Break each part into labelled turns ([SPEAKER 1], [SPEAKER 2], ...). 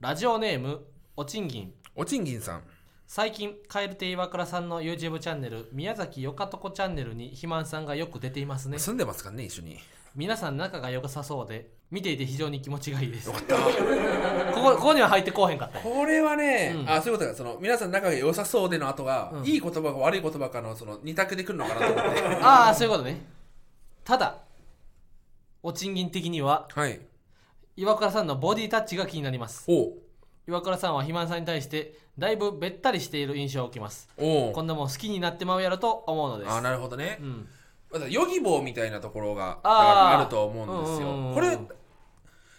[SPEAKER 1] ラジオネームおちんぎん
[SPEAKER 2] おちんぎんさん
[SPEAKER 1] 最近蛙亭岩倉さんの YouTube チャンネル宮崎よかとこチャンネルに肥満さんがよく出ていますね
[SPEAKER 2] 住んでますかね一緒に
[SPEAKER 1] 皆さん仲が良さそうで見ていて非常に気持ちがいいです
[SPEAKER 2] よ
[SPEAKER 1] こ
[SPEAKER 2] かった
[SPEAKER 1] こここには入ってこうへんかったよ
[SPEAKER 2] これはね、
[SPEAKER 1] うん
[SPEAKER 2] あそういうことかその皆さん仲が良さそうでの後が、
[SPEAKER 1] うん
[SPEAKER 2] いい言葉か悪い言葉かのその二択で来るのかなと思って
[SPEAKER 1] ああそういうことねただおちんぎん的には
[SPEAKER 2] はい
[SPEAKER 1] 岩倉さんのボディタッチが気になります
[SPEAKER 2] おう
[SPEAKER 1] 岩倉さんは肥満さんに対してだいぶべったりしている印象を受けます
[SPEAKER 2] おう
[SPEAKER 1] こんなもん好きになってまうやろと思うのです
[SPEAKER 2] あなるほどね
[SPEAKER 1] う、ん
[SPEAKER 2] まだヨギボーみたいなところが
[SPEAKER 1] あー
[SPEAKER 2] だからあると思うんですよ、
[SPEAKER 1] うんうんうん
[SPEAKER 2] これ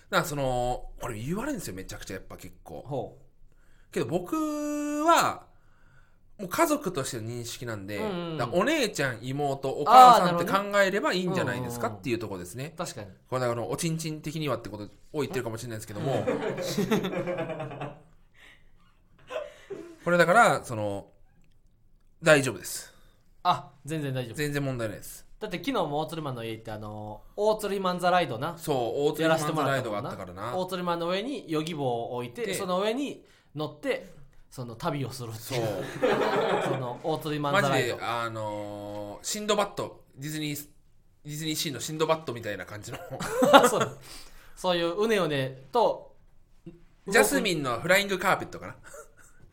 [SPEAKER 2] なんかそのこれ言われるんですよめちゃくちゃやっぱ結構
[SPEAKER 1] ほ
[SPEAKER 2] けど僕はもう家族としての認識なんで、
[SPEAKER 1] うんうん
[SPEAKER 2] だからお姉ちゃん妹お母さん
[SPEAKER 1] あ
[SPEAKER 2] っ
[SPEAKER 1] ー
[SPEAKER 2] て
[SPEAKER 1] なるほ
[SPEAKER 2] 考えればいいんじゃないですか
[SPEAKER 1] うんうんうん
[SPEAKER 2] っていうところですね
[SPEAKER 1] う確かに
[SPEAKER 2] これだからおちんちん的にはってことを言ってるかもしれないですけ どもこれだからその大丈夫です
[SPEAKER 1] あ全然大丈夫
[SPEAKER 2] 全然問題ないです
[SPEAKER 1] だって昨日も大鶴マンの家行ってあの大鶴マンザライドな
[SPEAKER 2] そう
[SPEAKER 1] や
[SPEAKER 2] 大鶴マ
[SPEAKER 1] ら
[SPEAKER 2] ン
[SPEAKER 1] せて
[SPEAKER 2] ズ
[SPEAKER 1] もらっ
[SPEAKER 2] ライ
[SPEAKER 1] た
[SPEAKER 2] ド
[SPEAKER 1] も
[SPEAKER 2] があ
[SPEAKER 1] んな
[SPEAKER 2] ったからな
[SPEAKER 1] 大鶴マンの上にヨギ棒を置いて
[SPEAKER 2] で
[SPEAKER 1] その上に乗ってその旅をするって
[SPEAKER 2] そ
[SPEAKER 1] いううその大鶴マン
[SPEAKER 2] マ
[SPEAKER 1] ザ
[SPEAKER 2] ジ
[SPEAKER 1] ライ
[SPEAKER 2] で
[SPEAKER 1] ド
[SPEAKER 2] あのーシンドバッドディズニーディズニーシーのシンドバッドみたい な感じの
[SPEAKER 1] そうそういううねうねと
[SPEAKER 2] ジャスミンのフライングカーペットかな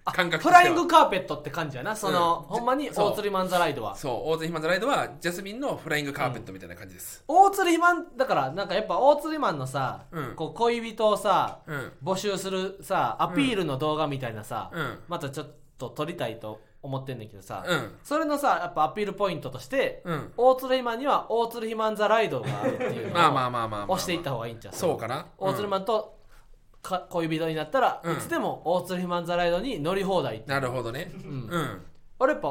[SPEAKER 1] あ
[SPEAKER 2] 感覚と
[SPEAKER 1] フ
[SPEAKER 2] しては
[SPEAKER 1] ライングカーペットって感じやなその、
[SPEAKER 2] うん
[SPEAKER 1] ほんまに
[SPEAKER 2] そう
[SPEAKER 1] 大鶴マンザライドは
[SPEAKER 2] そう大鶴マンズライドはジャスミンのフライングカーペットみたいな感じです
[SPEAKER 1] 大鶴マンだからなんかやっぱ大鶴マンのさ、
[SPEAKER 2] うん
[SPEAKER 1] こう恋人をさ
[SPEAKER 2] うん
[SPEAKER 1] 募集するさアピールの動画みたいなさ、
[SPEAKER 2] うん
[SPEAKER 1] またちょっと撮りたいと思ってんねんけどさ、
[SPEAKER 2] うん
[SPEAKER 1] それのさやっぱアピールポイントとして、
[SPEAKER 2] うん
[SPEAKER 1] 大鶴肥満には大鶴肥満ザライドがあるっていうのを
[SPEAKER 2] まあまあまあまあまあまあ
[SPEAKER 1] 押していった方がいいんちゃう
[SPEAKER 2] そうかな
[SPEAKER 1] 大鶴肥満とか恋人になったら、
[SPEAKER 2] うん
[SPEAKER 1] いつでも大鶴肥満ザライドに乗り放題って
[SPEAKER 2] なるほどねうんん、
[SPEAKER 1] 俺やっぱ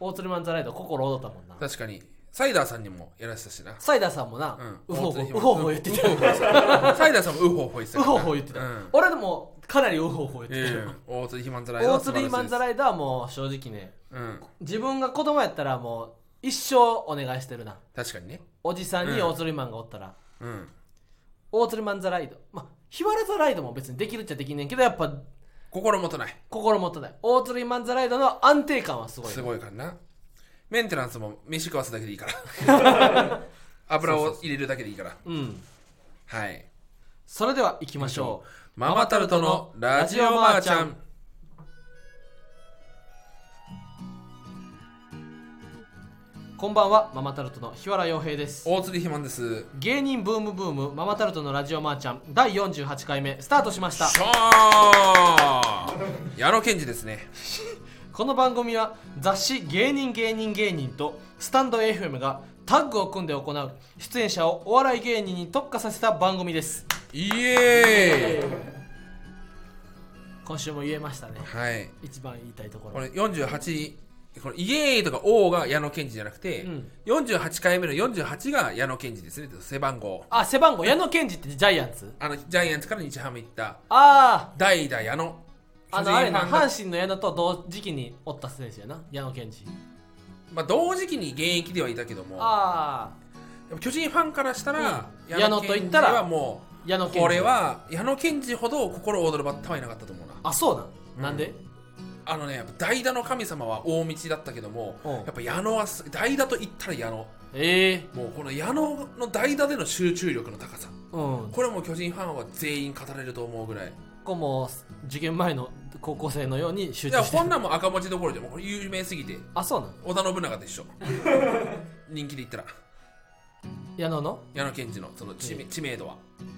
[SPEAKER 1] 大鶴肥満ザライド心躍ったもんな
[SPEAKER 2] 確かにサイダーさんにもやらせたしな
[SPEAKER 1] サイダーさんもな、
[SPEAKER 2] う
[SPEAKER 1] うんほうほ
[SPEAKER 2] 大
[SPEAKER 1] う
[SPEAKER 2] 鶴肥満
[SPEAKER 1] ほうほう言ってた
[SPEAKER 2] ウホウホしたサイダーさんもウホウホ言ってた
[SPEAKER 1] う
[SPEAKER 2] から
[SPEAKER 1] ほうほう言ってた、
[SPEAKER 2] うん
[SPEAKER 1] 俺でもかなりうほうほう言ってたよ、
[SPEAKER 2] ええ大鶴肥満ズライド
[SPEAKER 1] 大
[SPEAKER 2] は
[SPEAKER 1] 鶴
[SPEAKER 2] 素晴ら
[SPEAKER 1] 肥
[SPEAKER 2] しいです
[SPEAKER 1] 満ザライドはもう正直ね
[SPEAKER 2] うん
[SPEAKER 1] 自分が子供やったらもう一生お願いしてるな
[SPEAKER 2] 確かにね
[SPEAKER 1] おじさんに
[SPEAKER 2] うん
[SPEAKER 1] 大鶴マンがおったら、
[SPEAKER 2] うん
[SPEAKER 1] 大鶴マンザライドまあ日原ザライドも別にできるっちゃできんねんけどやっぱ
[SPEAKER 2] 心もとない
[SPEAKER 1] 心もとない大鶴マンザライドの安定感はすごい
[SPEAKER 2] すごいからなメンテナンスも飯食わすだけでいいから 油を入れるだけでいいから
[SPEAKER 1] うん
[SPEAKER 2] はい
[SPEAKER 1] それでは行きましょう
[SPEAKER 2] ママタルトのラジオマーちゃん
[SPEAKER 1] こんばんはママタルトの日原洋平です
[SPEAKER 2] 大鶴肥満ですよ
[SPEAKER 1] 芸人ブームブームママタルトのラジオマーちゃん第48回目スタートしました
[SPEAKER 2] っしゃー矢野健二ですね
[SPEAKER 1] この番組は雑誌「芸人芸人芸人」とスタンド FM がタッグを組んで行う出演者をお笑い芸人に特化させた番組です
[SPEAKER 2] イエーイ
[SPEAKER 1] 今週も言えましたね
[SPEAKER 2] はい
[SPEAKER 1] 一番言いたいとこ
[SPEAKER 2] こ
[SPEAKER 1] ろ
[SPEAKER 2] れ48このイエーイとか王が矢野健二じゃなくて、
[SPEAKER 1] うん
[SPEAKER 2] 48回目の48が矢野健二ですね背番号
[SPEAKER 1] あ背番号矢野健二ってジャイアンツ
[SPEAKER 2] あのジャイアンツから日ハム行った
[SPEAKER 1] あ
[SPEAKER 2] 代打矢野
[SPEAKER 1] ああ
[SPEAKER 2] 巨
[SPEAKER 1] の
[SPEAKER 2] 人
[SPEAKER 1] あれな
[SPEAKER 2] ファンが
[SPEAKER 1] 阪神の矢野と同時期におった選手やな矢野健二
[SPEAKER 2] まあ、同時期に現役ではいたけども
[SPEAKER 1] あ
[SPEAKER 2] でも巨人ファンからしたら、
[SPEAKER 1] うん
[SPEAKER 2] 矢野
[SPEAKER 1] 矢野と
[SPEAKER 2] 健
[SPEAKER 1] 言っ
[SPEAKER 2] 二
[SPEAKER 1] たら
[SPEAKER 2] はも
[SPEAKER 1] あ矢野
[SPEAKER 2] う
[SPEAKER 1] 健二
[SPEAKER 2] これは矢野健二ほど心躍るバッターはいなかったと思うな
[SPEAKER 1] あそうなん、
[SPEAKER 2] うん
[SPEAKER 1] なんで
[SPEAKER 2] あのねやっぱ代打の神様は大道だったけども
[SPEAKER 1] うん
[SPEAKER 2] やっぱ矢野はす代打と言ったら矢野
[SPEAKER 1] ええ
[SPEAKER 2] もうこの矢野の代打での集中力の高さ
[SPEAKER 1] うん
[SPEAKER 2] これはもう巨人ファンは全員語れると思うぐらい
[SPEAKER 1] ここも受験前の高校生のように集
[SPEAKER 2] いや
[SPEAKER 1] 中して
[SPEAKER 2] こん
[SPEAKER 1] る
[SPEAKER 2] なんも赤文字どころでもうこれ有名すぎて
[SPEAKER 1] あそうなん
[SPEAKER 2] 織田信長と一緒 人気で言ったら
[SPEAKER 1] 矢野の
[SPEAKER 2] 矢野健二のその知名知名度は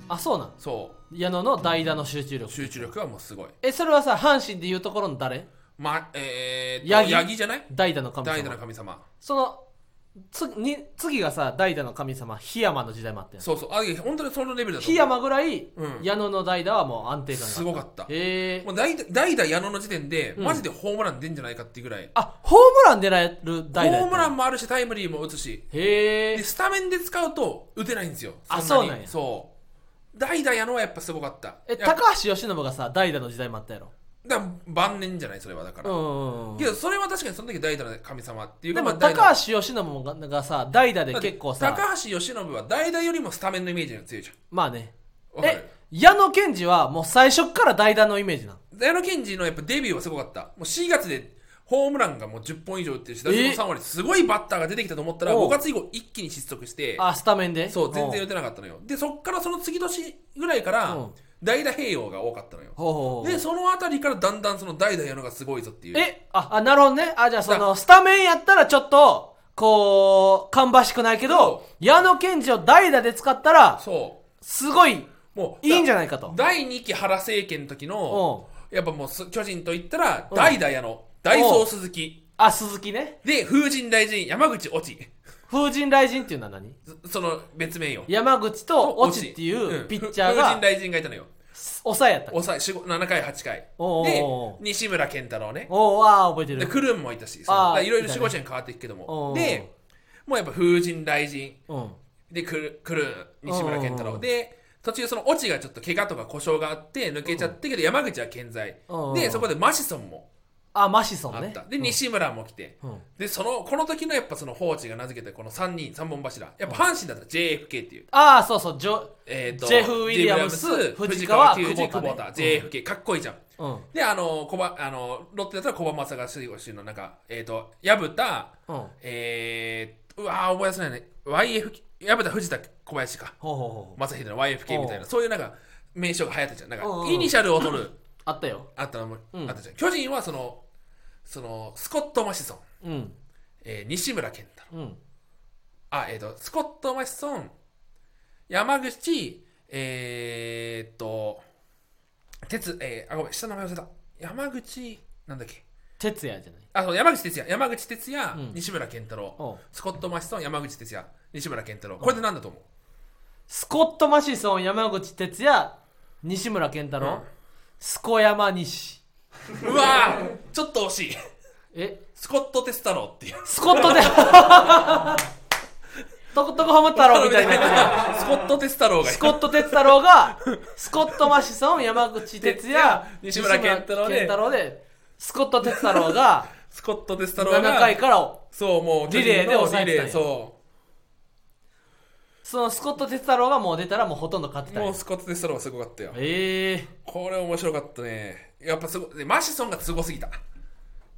[SPEAKER 1] あそうなん
[SPEAKER 2] そ
[SPEAKER 1] 矢野の代打の集中
[SPEAKER 2] う
[SPEAKER 1] 力
[SPEAKER 2] 集中力はもうすごい
[SPEAKER 1] えそれはさ阪神でいうところの誰
[SPEAKER 2] まえー、
[SPEAKER 1] ヤギ
[SPEAKER 2] ヤギじゃない
[SPEAKER 1] 代打の神様
[SPEAKER 2] 代打の神様
[SPEAKER 1] そのつに次がさ代打の神様檜山の時代もあったやん
[SPEAKER 2] そうそうあいや本当にそのレベルだと
[SPEAKER 1] 檜
[SPEAKER 2] 思
[SPEAKER 1] 山ぐらい、
[SPEAKER 2] うん
[SPEAKER 1] 矢野の代打はもう安定
[SPEAKER 2] う
[SPEAKER 1] 感が
[SPEAKER 2] すごかった
[SPEAKER 1] へえ
[SPEAKER 2] もう代打代打矢野の時点で、
[SPEAKER 1] うん
[SPEAKER 2] マジでホームラン出んじゃないかっていうぐらい
[SPEAKER 1] あホームラン狙える
[SPEAKER 2] ホ
[SPEAKER 1] 代打
[SPEAKER 2] ームラ
[SPEAKER 1] ン
[SPEAKER 2] ンもあるしタイムリーも打つし
[SPEAKER 1] へ
[SPEAKER 2] で
[SPEAKER 1] え
[SPEAKER 2] スタメンで使うと打てないんですよ
[SPEAKER 1] あ
[SPEAKER 2] に
[SPEAKER 1] そうなんや
[SPEAKER 2] そう代打矢野はやっぱすごかった
[SPEAKER 1] え
[SPEAKER 2] やっぱ
[SPEAKER 1] 高橋由伸がさ代打の時代もあったやろ
[SPEAKER 2] だから晩年じゃないそれはだか
[SPEAKER 1] う
[SPEAKER 2] ら、
[SPEAKER 1] んうんうん
[SPEAKER 2] けどそれは確かにその時代打の神様っていう
[SPEAKER 1] で
[SPEAKER 2] か
[SPEAKER 1] も
[SPEAKER 2] まあ代打
[SPEAKER 1] 高橋由伸ががさ代打で
[SPEAKER 2] だって
[SPEAKER 1] 結構さ
[SPEAKER 2] 高橋由伸は代打よりもスタメンのイメージが強いじ
[SPEAKER 1] まあね
[SPEAKER 2] ゃんわかる
[SPEAKER 1] え矢野健二はもう最初っから代打のイメージなの
[SPEAKER 2] 矢野健二のやっぱデビューはすごかったもう4月でホームランがもう10本以上打ってるし打
[SPEAKER 1] え
[SPEAKER 2] 率も3割すごいバッターが出てきたと思ったら
[SPEAKER 1] おう
[SPEAKER 2] 5月以降一気に失速して
[SPEAKER 1] あスタメンで
[SPEAKER 2] そう全然打
[SPEAKER 1] ん
[SPEAKER 2] てなかったのよでそっからその次年ぐらいから
[SPEAKER 1] うん
[SPEAKER 2] 代打併用が多かったのよ
[SPEAKER 1] ほうほうほう
[SPEAKER 2] でそのあたりからだんだんその代打矢野がすごいぞっていう
[SPEAKER 1] えああなるほどねあじゃあそ
[SPEAKER 2] だか
[SPEAKER 1] のスタメンやったらちょっとこう芳しくないけど
[SPEAKER 2] そ
[SPEAKER 1] 矢野健二を代打で使ったら
[SPEAKER 2] そ
[SPEAKER 1] すごいう
[SPEAKER 2] もう
[SPEAKER 1] いいんじゃ
[SPEAKER 2] な
[SPEAKER 1] な
[SPEAKER 2] い
[SPEAKER 1] いかと
[SPEAKER 2] 第2期原政権の時の
[SPEAKER 1] う
[SPEAKER 2] やっぱもうす巨人といったら
[SPEAKER 1] うん
[SPEAKER 2] 代打矢野代走鈴木
[SPEAKER 1] あ鈴木ね
[SPEAKER 2] で風神大臣山口落ち
[SPEAKER 1] 風神雷神っていうのは何
[SPEAKER 2] その別名よ
[SPEAKER 1] 山口と落ちっていうピッチャー
[SPEAKER 2] 風神
[SPEAKER 1] が
[SPEAKER 2] 雷神がいたのよ
[SPEAKER 1] 抑えやったっけ
[SPEAKER 2] 抑え4 7回8回
[SPEAKER 1] おう
[SPEAKER 2] で
[SPEAKER 1] おうおう
[SPEAKER 2] 西村健太郎ね
[SPEAKER 1] おうああ覚えて
[SPEAKER 2] で
[SPEAKER 1] る
[SPEAKER 2] クルンもいたしそう
[SPEAKER 1] あー
[SPEAKER 2] だからいろい
[SPEAKER 1] い
[SPEAKER 2] ろ
[SPEAKER 1] た
[SPEAKER 2] 守
[SPEAKER 1] ね
[SPEAKER 2] 護神変わっていくけど
[SPEAKER 1] おうお
[SPEAKER 2] も
[SPEAKER 1] う
[SPEAKER 2] でもうやっぱ風神雷神
[SPEAKER 1] うん
[SPEAKER 2] でクルクルン西村健太
[SPEAKER 1] おうお
[SPEAKER 2] 郎
[SPEAKER 1] う
[SPEAKER 2] で途中その落ちがちょっと怪我とか故障があって抜けちゃってけど山口は健在
[SPEAKER 1] おうおう
[SPEAKER 2] でそこでマシソンも
[SPEAKER 1] あマシソン
[SPEAKER 2] あっ
[SPEAKER 1] ね
[SPEAKER 2] たで西村も来て
[SPEAKER 1] うんうん
[SPEAKER 2] でそのこの時のやっぱその放置が名付けたこの3人3本柱やっぱ阪神だったら JFK っていう
[SPEAKER 1] ああそうそうジョ
[SPEAKER 2] えーと
[SPEAKER 1] ジェフウィリアムス
[SPEAKER 2] ジェフウィリアムス
[SPEAKER 1] 藤川
[SPEAKER 2] 藤
[SPEAKER 1] 久保田
[SPEAKER 2] 久
[SPEAKER 1] ね
[SPEAKER 2] 保田 JFK かっこいいじゃん
[SPEAKER 1] うんうん
[SPEAKER 2] であの小ばあのロッテだったら小正が主主の中えっ、と薮田
[SPEAKER 1] ほう
[SPEAKER 2] えー、うわー覚えやすいね YF 薮田藤田小林か
[SPEAKER 1] ほうほうほう
[SPEAKER 2] 正秀の YFK みたい
[SPEAKER 1] おう
[SPEAKER 2] なそういうなんか名称が流行ったじゃんなんか
[SPEAKER 1] うんうん
[SPEAKER 2] イニシャルを取る
[SPEAKER 1] あったよ
[SPEAKER 2] あったのも
[SPEAKER 1] うん
[SPEAKER 2] あったじゃん巨人はそのそのスコット・マシソ
[SPEAKER 1] う
[SPEAKER 2] ン、
[SPEAKER 1] ん
[SPEAKER 2] えー西村健太
[SPEAKER 1] う
[SPEAKER 2] 郎
[SPEAKER 1] ん
[SPEAKER 2] あえっ、とスコット・マシソン山口えー、っと鉄えー、あごめん下の名前忘れた山口なんだっけ
[SPEAKER 1] 哲也じゃない
[SPEAKER 2] あそう山口哲也山口哲也、
[SPEAKER 1] うん
[SPEAKER 2] 西村健太郎、
[SPEAKER 1] おう
[SPEAKER 2] スコット・マシソン山口哲也西村健太郎これで何だと思う、
[SPEAKER 1] スコット・マシソン山口哲也西村健太郎、
[SPEAKER 2] うん
[SPEAKER 1] スコ山西
[SPEAKER 2] うわーちょっと惜しい
[SPEAKER 1] え
[SPEAKER 2] スコット・テス太郎っていう
[SPEAKER 1] スコッ トでトコトコハマ太郎みたいになってるやん
[SPEAKER 2] スコット・テス太郎が
[SPEAKER 1] スコット哲太郎がスコット・マシソン山口哲也
[SPEAKER 2] 西村健太郎で
[SPEAKER 1] 西村健太郎でスコット哲太郎が
[SPEAKER 2] スコット・テス太郎が
[SPEAKER 1] 7回から
[SPEAKER 2] そうもう
[SPEAKER 1] リレーで抑えてたんや
[SPEAKER 2] リレーそ
[SPEAKER 1] そのスコット哲太郎がもう出たらもうほとんど勝って
[SPEAKER 2] う
[SPEAKER 1] たん
[SPEAKER 2] も
[SPEAKER 1] や
[SPEAKER 2] うスコット・テス太郎がすごかったよ
[SPEAKER 1] ええ
[SPEAKER 2] これ面白かったねやっぱすごでマシソンがすごすぎた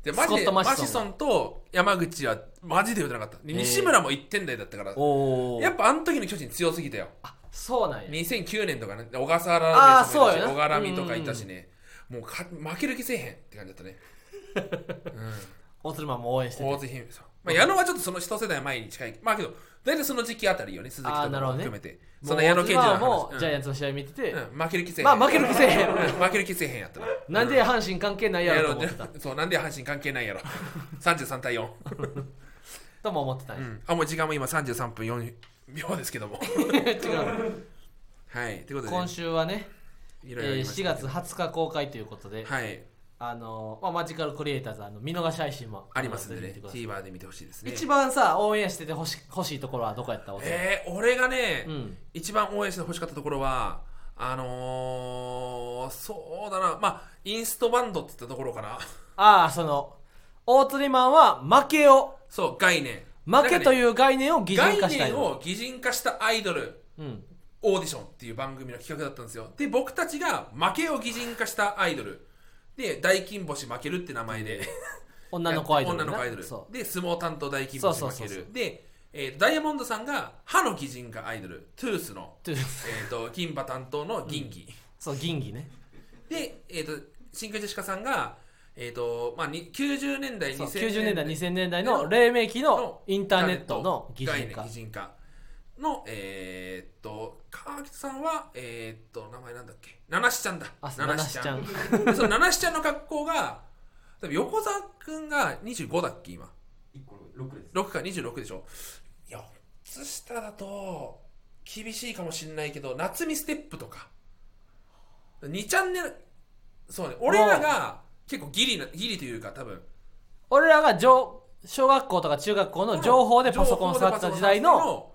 [SPEAKER 2] でマ
[SPEAKER 1] ス
[SPEAKER 2] ジで
[SPEAKER 1] コットマ
[SPEAKER 2] マ
[SPEAKER 1] シソン
[SPEAKER 2] シ
[SPEAKER 1] が
[SPEAKER 2] ソンと山口はマジで打てなかったで西村も1点台だったから
[SPEAKER 1] ー、おお
[SPEAKER 2] やっぱあの時の巨人強すぎたよ
[SPEAKER 1] そうなんや
[SPEAKER 2] 2009年とかね小笠原の
[SPEAKER 1] あー
[SPEAKER 2] やつもいた
[SPEAKER 1] そうよな
[SPEAKER 2] し小柄みとかいたしねもうか負ける気せえへんって感じだったね
[SPEAKER 1] オスルマンも応援してて
[SPEAKER 2] 大津姫さん、まあ、矢野はちょっとその一世代前に近いまあけど大体その時期あたりよね鈴木と
[SPEAKER 1] あー
[SPEAKER 2] か
[SPEAKER 1] なるほ
[SPEAKER 2] も
[SPEAKER 1] どね
[SPEAKER 2] 含めて、その矢野健二の
[SPEAKER 1] は
[SPEAKER 2] 話
[SPEAKER 1] もう、
[SPEAKER 2] うん
[SPEAKER 1] ジャイアンツの試合見てて、
[SPEAKER 2] うん負ける気せえ
[SPEAKER 1] ま
[SPEAKER 2] へ
[SPEAKER 1] あ
[SPEAKER 2] ん
[SPEAKER 1] 負ける気せえへん
[SPEAKER 2] うん負ける気せえへんやったな
[SPEAKER 1] なんで阪神関係ないやろと思ってた、
[SPEAKER 2] そうなんで阪神関係ないやろ 33対4、
[SPEAKER 1] とも思ってたん
[SPEAKER 2] う
[SPEAKER 1] や、
[SPEAKER 2] ん、あもう時間も今33分4秒ですけども
[SPEAKER 1] 違う
[SPEAKER 2] はいということで
[SPEAKER 1] 今週はね、
[SPEAKER 2] い
[SPEAKER 1] え
[SPEAKER 2] ろいろあり
[SPEAKER 1] ー
[SPEAKER 2] まし
[SPEAKER 1] 4
[SPEAKER 2] た
[SPEAKER 1] 月20日公開ということで、
[SPEAKER 2] はい
[SPEAKER 1] あのーまあ、マジカルクリエイターズあの見逃し配信も
[SPEAKER 2] ありますんで
[SPEAKER 1] ぜひ見
[SPEAKER 2] ね
[SPEAKER 1] てください
[SPEAKER 2] TVer で見てほしいですね
[SPEAKER 1] 一番さ応援しててほし欲しいところはどこやったお互い
[SPEAKER 2] えー、俺がね、
[SPEAKER 1] うん
[SPEAKER 2] 一番応援してほしかったところはあのー、そうだなまあインストバンドって言ったところかな
[SPEAKER 1] ああその大釣りマンは負けを
[SPEAKER 2] そう概念
[SPEAKER 1] 負けと
[SPEAKER 2] う
[SPEAKER 1] いう概念を擬人化したい
[SPEAKER 2] 概念
[SPEAKER 1] の、
[SPEAKER 2] を擬人化したアイドル
[SPEAKER 1] うん、
[SPEAKER 2] オーディションっていう番組の企画だったんですよで僕たちが負けを擬人化したアイドルで大金星負けるって名前で
[SPEAKER 1] 女の子アイドルな
[SPEAKER 2] 女の子アイドル
[SPEAKER 1] そ
[SPEAKER 2] で相撲担当大金星
[SPEAKER 1] そう
[SPEAKER 2] 負
[SPEAKER 1] そう
[SPEAKER 2] け
[SPEAKER 1] そうそ
[SPEAKER 2] るで、えーダイヤモンドさんが歯の擬人化アイドルトゥースの、
[SPEAKER 1] うという
[SPEAKER 2] えー、と金馬担当の銀銀、
[SPEAKER 1] そう銀技ね
[SPEAKER 2] で、えー、と真空ジェシカさんが、えーとまあ、に90年代
[SPEAKER 1] そう
[SPEAKER 2] 2000
[SPEAKER 1] 90年代2000年代の
[SPEAKER 2] の
[SPEAKER 1] 黎明期のインターネットの擬人
[SPEAKER 2] 概
[SPEAKER 1] 化
[SPEAKER 2] 念擬人化のえー、っと川北さんはえー、っと名前なんだっけ七七ちゃんだ
[SPEAKER 1] あ七七ちゃん
[SPEAKER 2] で その七七ちゃんの格好が多分横澤君が25だっけ今
[SPEAKER 3] 1個6です。
[SPEAKER 2] 6か26でしょ4つ下だと厳しいかもしれないけど夏見ステップとか2チャンネルそうね俺らが結構ギリなギリというか多分
[SPEAKER 1] 俺らが上小学校とか中学校の情報でパソコンを触ってた時代の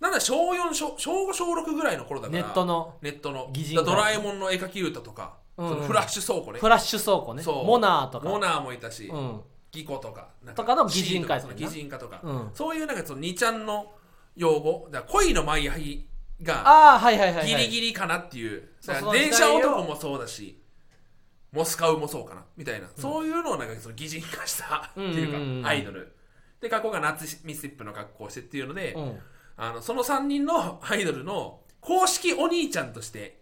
[SPEAKER 2] なんだ小4小小5小6ぐらいの頃だか
[SPEAKER 1] ネ
[SPEAKER 2] ら
[SPEAKER 1] ットの
[SPEAKER 2] ネットの
[SPEAKER 1] 擬人化
[SPEAKER 2] ドラえもんの絵描き歌とか、
[SPEAKER 1] うん
[SPEAKER 2] そのフラッシュ倉庫ね
[SPEAKER 1] フラッシュ倉庫ね
[SPEAKER 2] そう
[SPEAKER 1] モナーとか
[SPEAKER 2] モナーもいたし、
[SPEAKER 1] うん
[SPEAKER 2] ギコとかなん
[SPEAKER 1] とかの擬人化や
[SPEAKER 2] C と
[SPEAKER 1] つ
[SPEAKER 2] かそ
[SPEAKER 1] ね
[SPEAKER 2] の擬人化とか、
[SPEAKER 1] うん
[SPEAKER 2] そういうなんかその2ちゃんの用語だから恋のマイハイが
[SPEAKER 1] ああはいはいはい、はい、
[SPEAKER 2] ギリギリかなっていう、
[SPEAKER 1] そう
[SPEAKER 2] だか
[SPEAKER 1] その
[SPEAKER 2] ら電
[SPEAKER 1] 時代
[SPEAKER 2] 車
[SPEAKER 1] を
[SPEAKER 2] 男もそうだしモスカウもそうかなみたいな、そういうのをなんかその擬人化したって
[SPEAKER 1] うん
[SPEAKER 2] いうか、
[SPEAKER 1] うんうんうん
[SPEAKER 2] アイドルで学校が夏ミスティップの格好をしてっていうので、
[SPEAKER 1] うん
[SPEAKER 2] あのその3人のアイドルの公式お兄ちゃんとして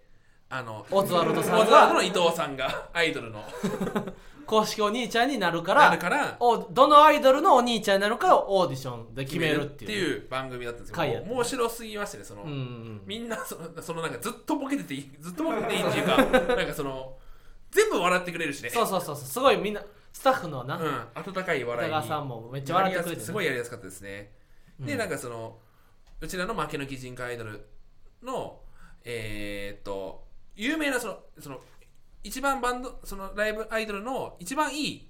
[SPEAKER 2] あの
[SPEAKER 1] オズワルドさんが
[SPEAKER 2] オズワルドの伊藤さんがアイドルの
[SPEAKER 1] 公式お兄ちゃんになるから
[SPEAKER 2] あるから
[SPEAKER 1] おどのアイドルのお兄ちゃんになるかをオーディションで決めるっていう
[SPEAKER 2] 決めるっていう番組だったんですけ
[SPEAKER 1] 回や
[SPEAKER 2] ど
[SPEAKER 1] った
[SPEAKER 2] 面白すぎましたねその、
[SPEAKER 1] うんうん
[SPEAKER 2] みんなそのそのなんかずっとボケてていいずっとボケてていいっ ていうかなんかその全部笑ってくれるしね
[SPEAKER 1] そうそうそうそうすごいみんなスタッフのな、
[SPEAKER 2] うん、温かい
[SPEAKER 1] 北
[SPEAKER 2] 笑い
[SPEAKER 1] 川
[SPEAKER 2] に
[SPEAKER 1] さんもめっちゃ笑ってく
[SPEAKER 2] やり
[SPEAKER 1] れ
[SPEAKER 2] や
[SPEAKER 1] てる
[SPEAKER 2] すすごいやりやすかったですね、でなんかそのうちらの負けの擬人化アイドルのえーっと有名なそのその一番バンドそのライブアイドルの一番いい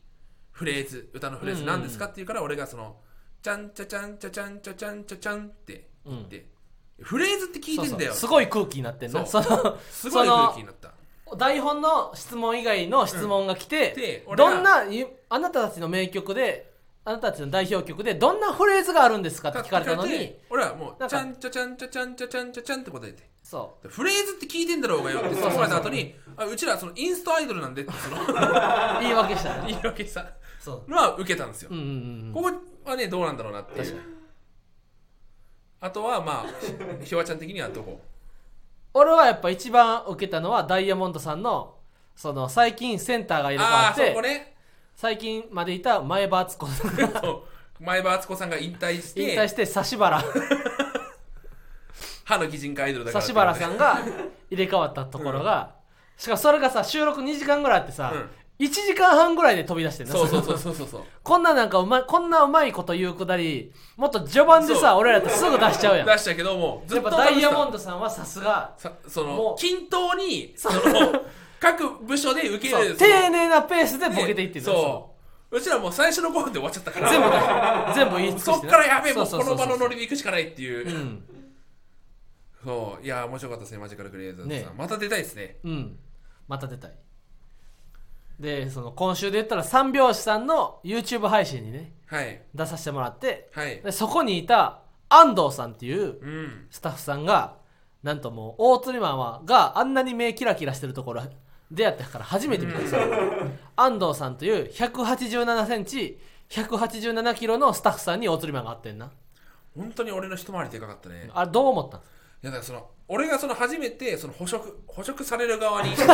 [SPEAKER 2] フレーズ歌のフレーズ何ですかっていうから俺がその「ちゃんちゃちゃんちゃちゃんちゃちゃんちゃちゃん」って言って、フレーズって聞いてんだよ
[SPEAKER 1] そうそうすごい空気になってんな
[SPEAKER 2] そ
[SPEAKER 1] その
[SPEAKER 2] すごい空気になった
[SPEAKER 1] その台本の質問以外の質問が来
[SPEAKER 2] うんで
[SPEAKER 1] て、
[SPEAKER 2] 俺ら
[SPEAKER 1] どんなゆあなたたちの名曲であなたたちの代表曲でどんなフレーズがあるんですかって聞かれたの
[SPEAKER 2] 聞かれ
[SPEAKER 1] に
[SPEAKER 2] て俺はもう
[SPEAKER 1] な
[SPEAKER 2] 「
[SPEAKER 1] ん
[SPEAKER 2] ち
[SPEAKER 1] か
[SPEAKER 2] ゃんちゃちゃんちゃちゃんちゃちゃんちゃちゃん」って答えて
[SPEAKER 1] そ
[SPEAKER 2] フレーズって聞いてんだろうがよってそうれた後にあうちらそのインストアイドルなんでってそ の
[SPEAKER 1] う言い訳したな
[SPEAKER 2] 言い訳した
[SPEAKER 1] そう
[SPEAKER 2] のは受けたんですよ、
[SPEAKER 1] うんうんうんうん
[SPEAKER 2] ここはねどうなんだろうなっていうあとはまあひわちゃん的にはどこ
[SPEAKER 1] 俺はやっぱ一番受けたのはダイヤモンドさんのその最近センターが入れ替わ
[SPEAKER 2] ああ
[SPEAKER 1] っ
[SPEAKER 2] ーそ
[SPEAKER 1] て
[SPEAKER 2] こね
[SPEAKER 1] 最近までいた前葉敦子さんが
[SPEAKER 2] そう前葉敦子さんが引退して
[SPEAKER 1] 引退して指原
[SPEAKER 2] 歯の擬人化アイドルだから
[SPEAKER 1] 指原さんが入れ替わったところが、しかもそれがさ収録2時間ぐらいあってさ、
[SPEAKER 2] うん
[SPEAKER 1] 1時間半ぐらいで飛び出してんな
[SPEAKER 2] そうそうそうそうそうそう
[SPEAKER 1] こんななんかうまいこんなうまいこと言うくだりもっと序盤で
[SPEAKER 2] そう
[SPEAKER 1] さ俺らってすぐ出しちゃうやん
[SPEAKER 2] 出したけどもず
[SPEAKER 1] やっ
[SPEAKER 2] っと
[SPEAKER 1] ぱダイヤモン
[SPEAKER 2] ド
[SPEAKER 1] ドさんはさすが
[SPEAKER 2] そ
[SPEAKER 1] も
[SPEAKER 2] の
[SPEAKER 1] う
[SPEAKER 2] 均等にその各部署で受け
[SPEAKER 1] そ
[SPEAKER 2] 入れ
[SPEAKER 1] う
[SPEAKER 2] る
[SPEAKER 1] 丁寧なペースでボケていってる
[SPEAKER 2] そううちらもう最初の5分で終わっちゃったから
[SPEAKER 1] 全部全部言い尽くして
[SPEAKER 2] そっからやべえもう
[SPEAKER 1] そ
[SPEAKER 2] こ
[SPEAKER 1] うそ
[SPEAKER 2] の
[SPEAKER 1] うそ
[SPEAKER 2] 場
[SPEAKER 1] うそ
[SPEAKER 2] の
[SPEAKER 1] う
[SPEAKER 2] ノリで行くしかないっていう、
[SPEAKER 1] うん
[SPEAKER 2] そういやー面白かったですねマジカルクリエイターズさ
[SPEAKER 1] ね
[SPEAKER 2] ん、また出たいですね
[SPEAKER 1] うんまた出たいでその今週で言ったら三拍子さんの YouTube 配信にね
[SPEAKER 2] はい
[SPEAKER 1] 出させてもらって
[SPEAKER 2] はい
[SPEAKER 1] でそこにいた安藤さんっていう
[SPEAKER 2] うん
[SPEAKER 1] スタッフさんがなんともう大釣りマンはがあんなに目キラキラしてるところ出会ってから初めて見たんですよ、安藤さんという1 8 7センチ1 8 7キロのスタッフさんに大釣りマンがあってんな
[SPEAKER 2] 本当に俺の一回りでかかったねいや
[SPEAKER 1] あれどう思ったんですか
[SPEAKER 2] だからその俺がその初めてその捕食捕食される 側に行く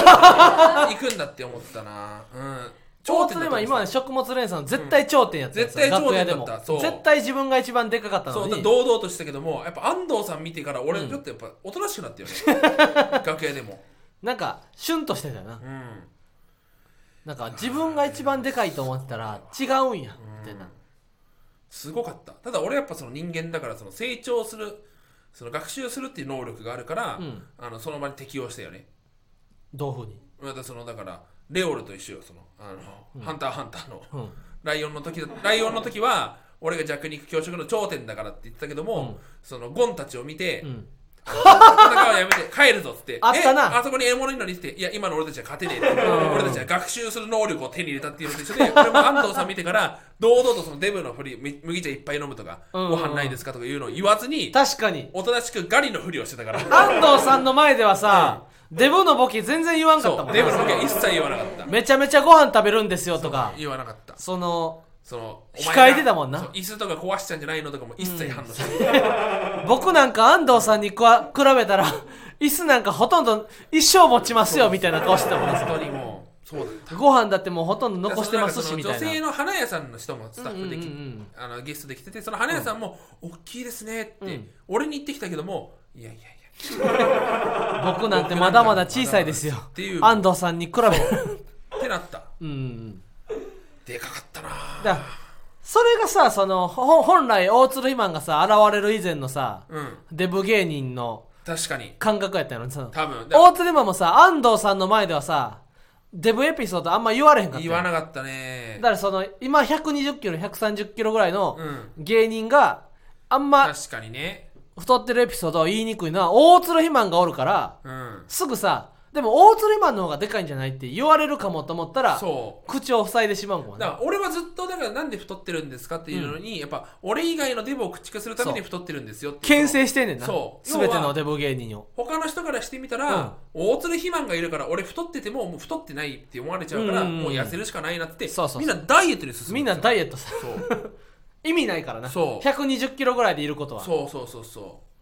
[SPEAKER 2] んだって思ってたなうん
[SPEAKER 1] 大
[SPEAKER 2] 点
[SPEAKER 1] 釣り
[SPEAKER 2] だと
[SPEAKER 1] マン
[SPEAKER 2] 思って
[SPEAKER 1] 今ま
[SPEAKER 2] た
[SPEAKER 1] で食物連鎖の絶対頂点やったやつ、
[SPEAKER 2] うん絶対頂
[SPEAKER 1] 楽屋
[SPEAKER 2] 点
[SPEAKER 1] で
[SPEAKER 2] だった
[SPEAKER 1] も
[SPEAKER 2] そう
[SPEAKER 1] 絶対自分が一番でかかった
[SPEAKER 2] そ
[SPEAKER 1] の
[SPEAKER 2] うだ
[SPEAKER 1] に
[SPEAKER 2] 堂々としたけどもやっぱ安藤さん見てから
[SPEAKER 1] う
[SPEAKER 2] 俺
[SPEAKER 1] ん
[SPEAKER 2] ちょっとやっぱおとなしくなったよね、 楽屋でも
[SPEAKER 1] なんかシュンとしてたよな
[SPEAKER 2] うん
[SPEAKER 1] なんか自分が一番でかいと思ってたら違うんやみたいな
[SPEAKER 2] すごかったただ俺やっぱその人間だからその成長するその学習するっていう能力があるから、
[SPEAKER 1] うん
[SPEAKER 2] あのその場に適応したよね
[SPEAKER 1] どういうふうに
[SPEAKER 2] またそのだからレオルと一緒よそのあの、ハンターハンターの
[SPEAKER 1] うん
[SPEAKER 2] ライオンの時だライオンの時は俺が弱肉強食の頂点だからって言ってたけども、
[SPEAKER 1] うん
[SPEAKER 2] そのゴンたちを見て、
[SPEAKER 1] うん
[SPEAKER 2] 戦うのやめて帰るぞっつって
[SPEAKER 1] あったな
[SPEAKER 2] えあそこに獲物いるのにっつっていや今の俺たちは勝てねえって
[SPEAKER 1] ん
[SPEAKER 2] 俺たちは学習する能力を手に入れたっていうのと一緒で俺も安藤さん見てから堂々とそのデブのふりみ麦茶いっぱい飲むとか
[SPEAKER 1] うん
[SPEAKER 2] ご飯ないですかとかいうのを言わずに
[SPEAKER 1] 確かに
[SPEAKER 2] おとなしくガリのふりをしてたから
[SPEAKER 1] 安藤さんの前ではさ、デブのボケ全然言わんかった
[SPEAKER 2] そ
[SPEAKER 1] も
[SPEAKER 2] うんデ
[SPEAKER 1] な
[SPEAKER 2] ブの時は一切言わなかった
[SPEAKER 1] めちゃめちゃご飯食べるんですよとか
[SPEAKER 2] 言わなかった
[SPEAKER 1] その
[SPEAKER 2] その
[SPEAKER 1] 控えてたもんな
[SPEAKER 2] そう椅子とか壊しちゃうんじゃないのとかも一切反応しない、
[SPEAKER 1] 僕なんか安藤さんにくわ比べたら椅子なんかほとんど一生持ちますよみたいな顔してたもんな
[SPEAKER 2] 本当にもうそうだった
[SPEAKER 1] ご飯だってもうほとんど残してますし
[SPEAKER 2] その
[SPEAKER 1] みたい
[SPEAKER 2] 女性
[SPEAKER 1] な
[SPEAKER 2] の花屋さんの人もスタッフでき、
[SPEAKER 1] うんうんうんうん
[SPEAKER 2] あのゲストで来ててその花屋さんも「大きいですね」って、
[SPEAKER 1] うん
[SPEAKER 2] 俺に言ってきたけども「いやいやいや
[SPEAKER 1] 僕なんてまだまだ小さいですよ
[SPEAKER 2] っていう
[SPEAKER 1] 安藤さんに比べる」
[SPEAKER 2] ってなった
[SPEAKER 1] うんうん
[SPEAKER 2] でかかったな
[SPEAKER 1] だからそれがさそのほ本来大鶴ひまんがさ現れる以前のさ、
[SPEAKER 2] うん
[SPEAKER 1] デブ芸人の
[SPEAKER 2] 確かに
[SPEAKER 1] 感覚やったよねその
[SPEAKER 2] 多分で
[SPEAKER 1] 大鶴マンもさ安藤さんの前ではさデブエピソードあんま言われへんかった
[SPEAKER 2] 言
[SPEAKER 1] よ
[SPEAKER 2] わ
[SPEAKER 1] だ
[SPEAKER 2] なかったね
[SPEAKER 1] からその今120キロ130キロぐらいの
[SPEAKER 2] うん
[SPEAKER 1] 芸人があんま
[SPEAKER 2] 確かにね
[SPEAKER 1] 太ってるエピソードを言いにくいのは大鶴肥満がおるから
[SPEAKER 2] うん
[SPEAKER 1] すぐさでも大釣りマンの方がでかいんじゃないって言われるかもと思ったら
[SPEAKER 2] そ
[SPEAKER 1] 口を塞いでしまうも
[SPEAKER 2] うんだ
[SPEAKER 1] ね
[SPEAKER 2] から俺はずっとだからなんで太ってるんですかっていうのに、やっぱ俺以外のデブを駆逐するために
[SPEAKER 1] そう
[SPEAKER 2] 太ってるんですよっていう
[SPEAKER 1] 牽制してんねんな
[SPEAKER 2] そう
[SPEAKER 1] 全て
[SPEAKER 2] 要
[SPEAKER 1] の
[SPEAKER 2] は
[SPEAKER 1] デブ芸人を
[SPEAKER 2] 他の人からしてみたら、大鶴肥満がいるから俺太っててももう太ってないって思われちゃうから、
[SPEAKER 1] うんうんうん
[SPEAKER 2] もう痩せるしかないなって
[SPEAKER 1] そうそうそう
[SPEAKER 2] みんなダイエットに進む
[SPEAKER 1] みんな
[SPEAKER 2] エ
[SPEAKER 1] ダイエットさ
[SPEAKER 2] ット
[SPEAKER 1] 意味ないからな
[SPEAKER 2] そう
[SPEAKER 1] 120キロぐらいでいることは、
[SPEAKER 2] そうそうそうそうそ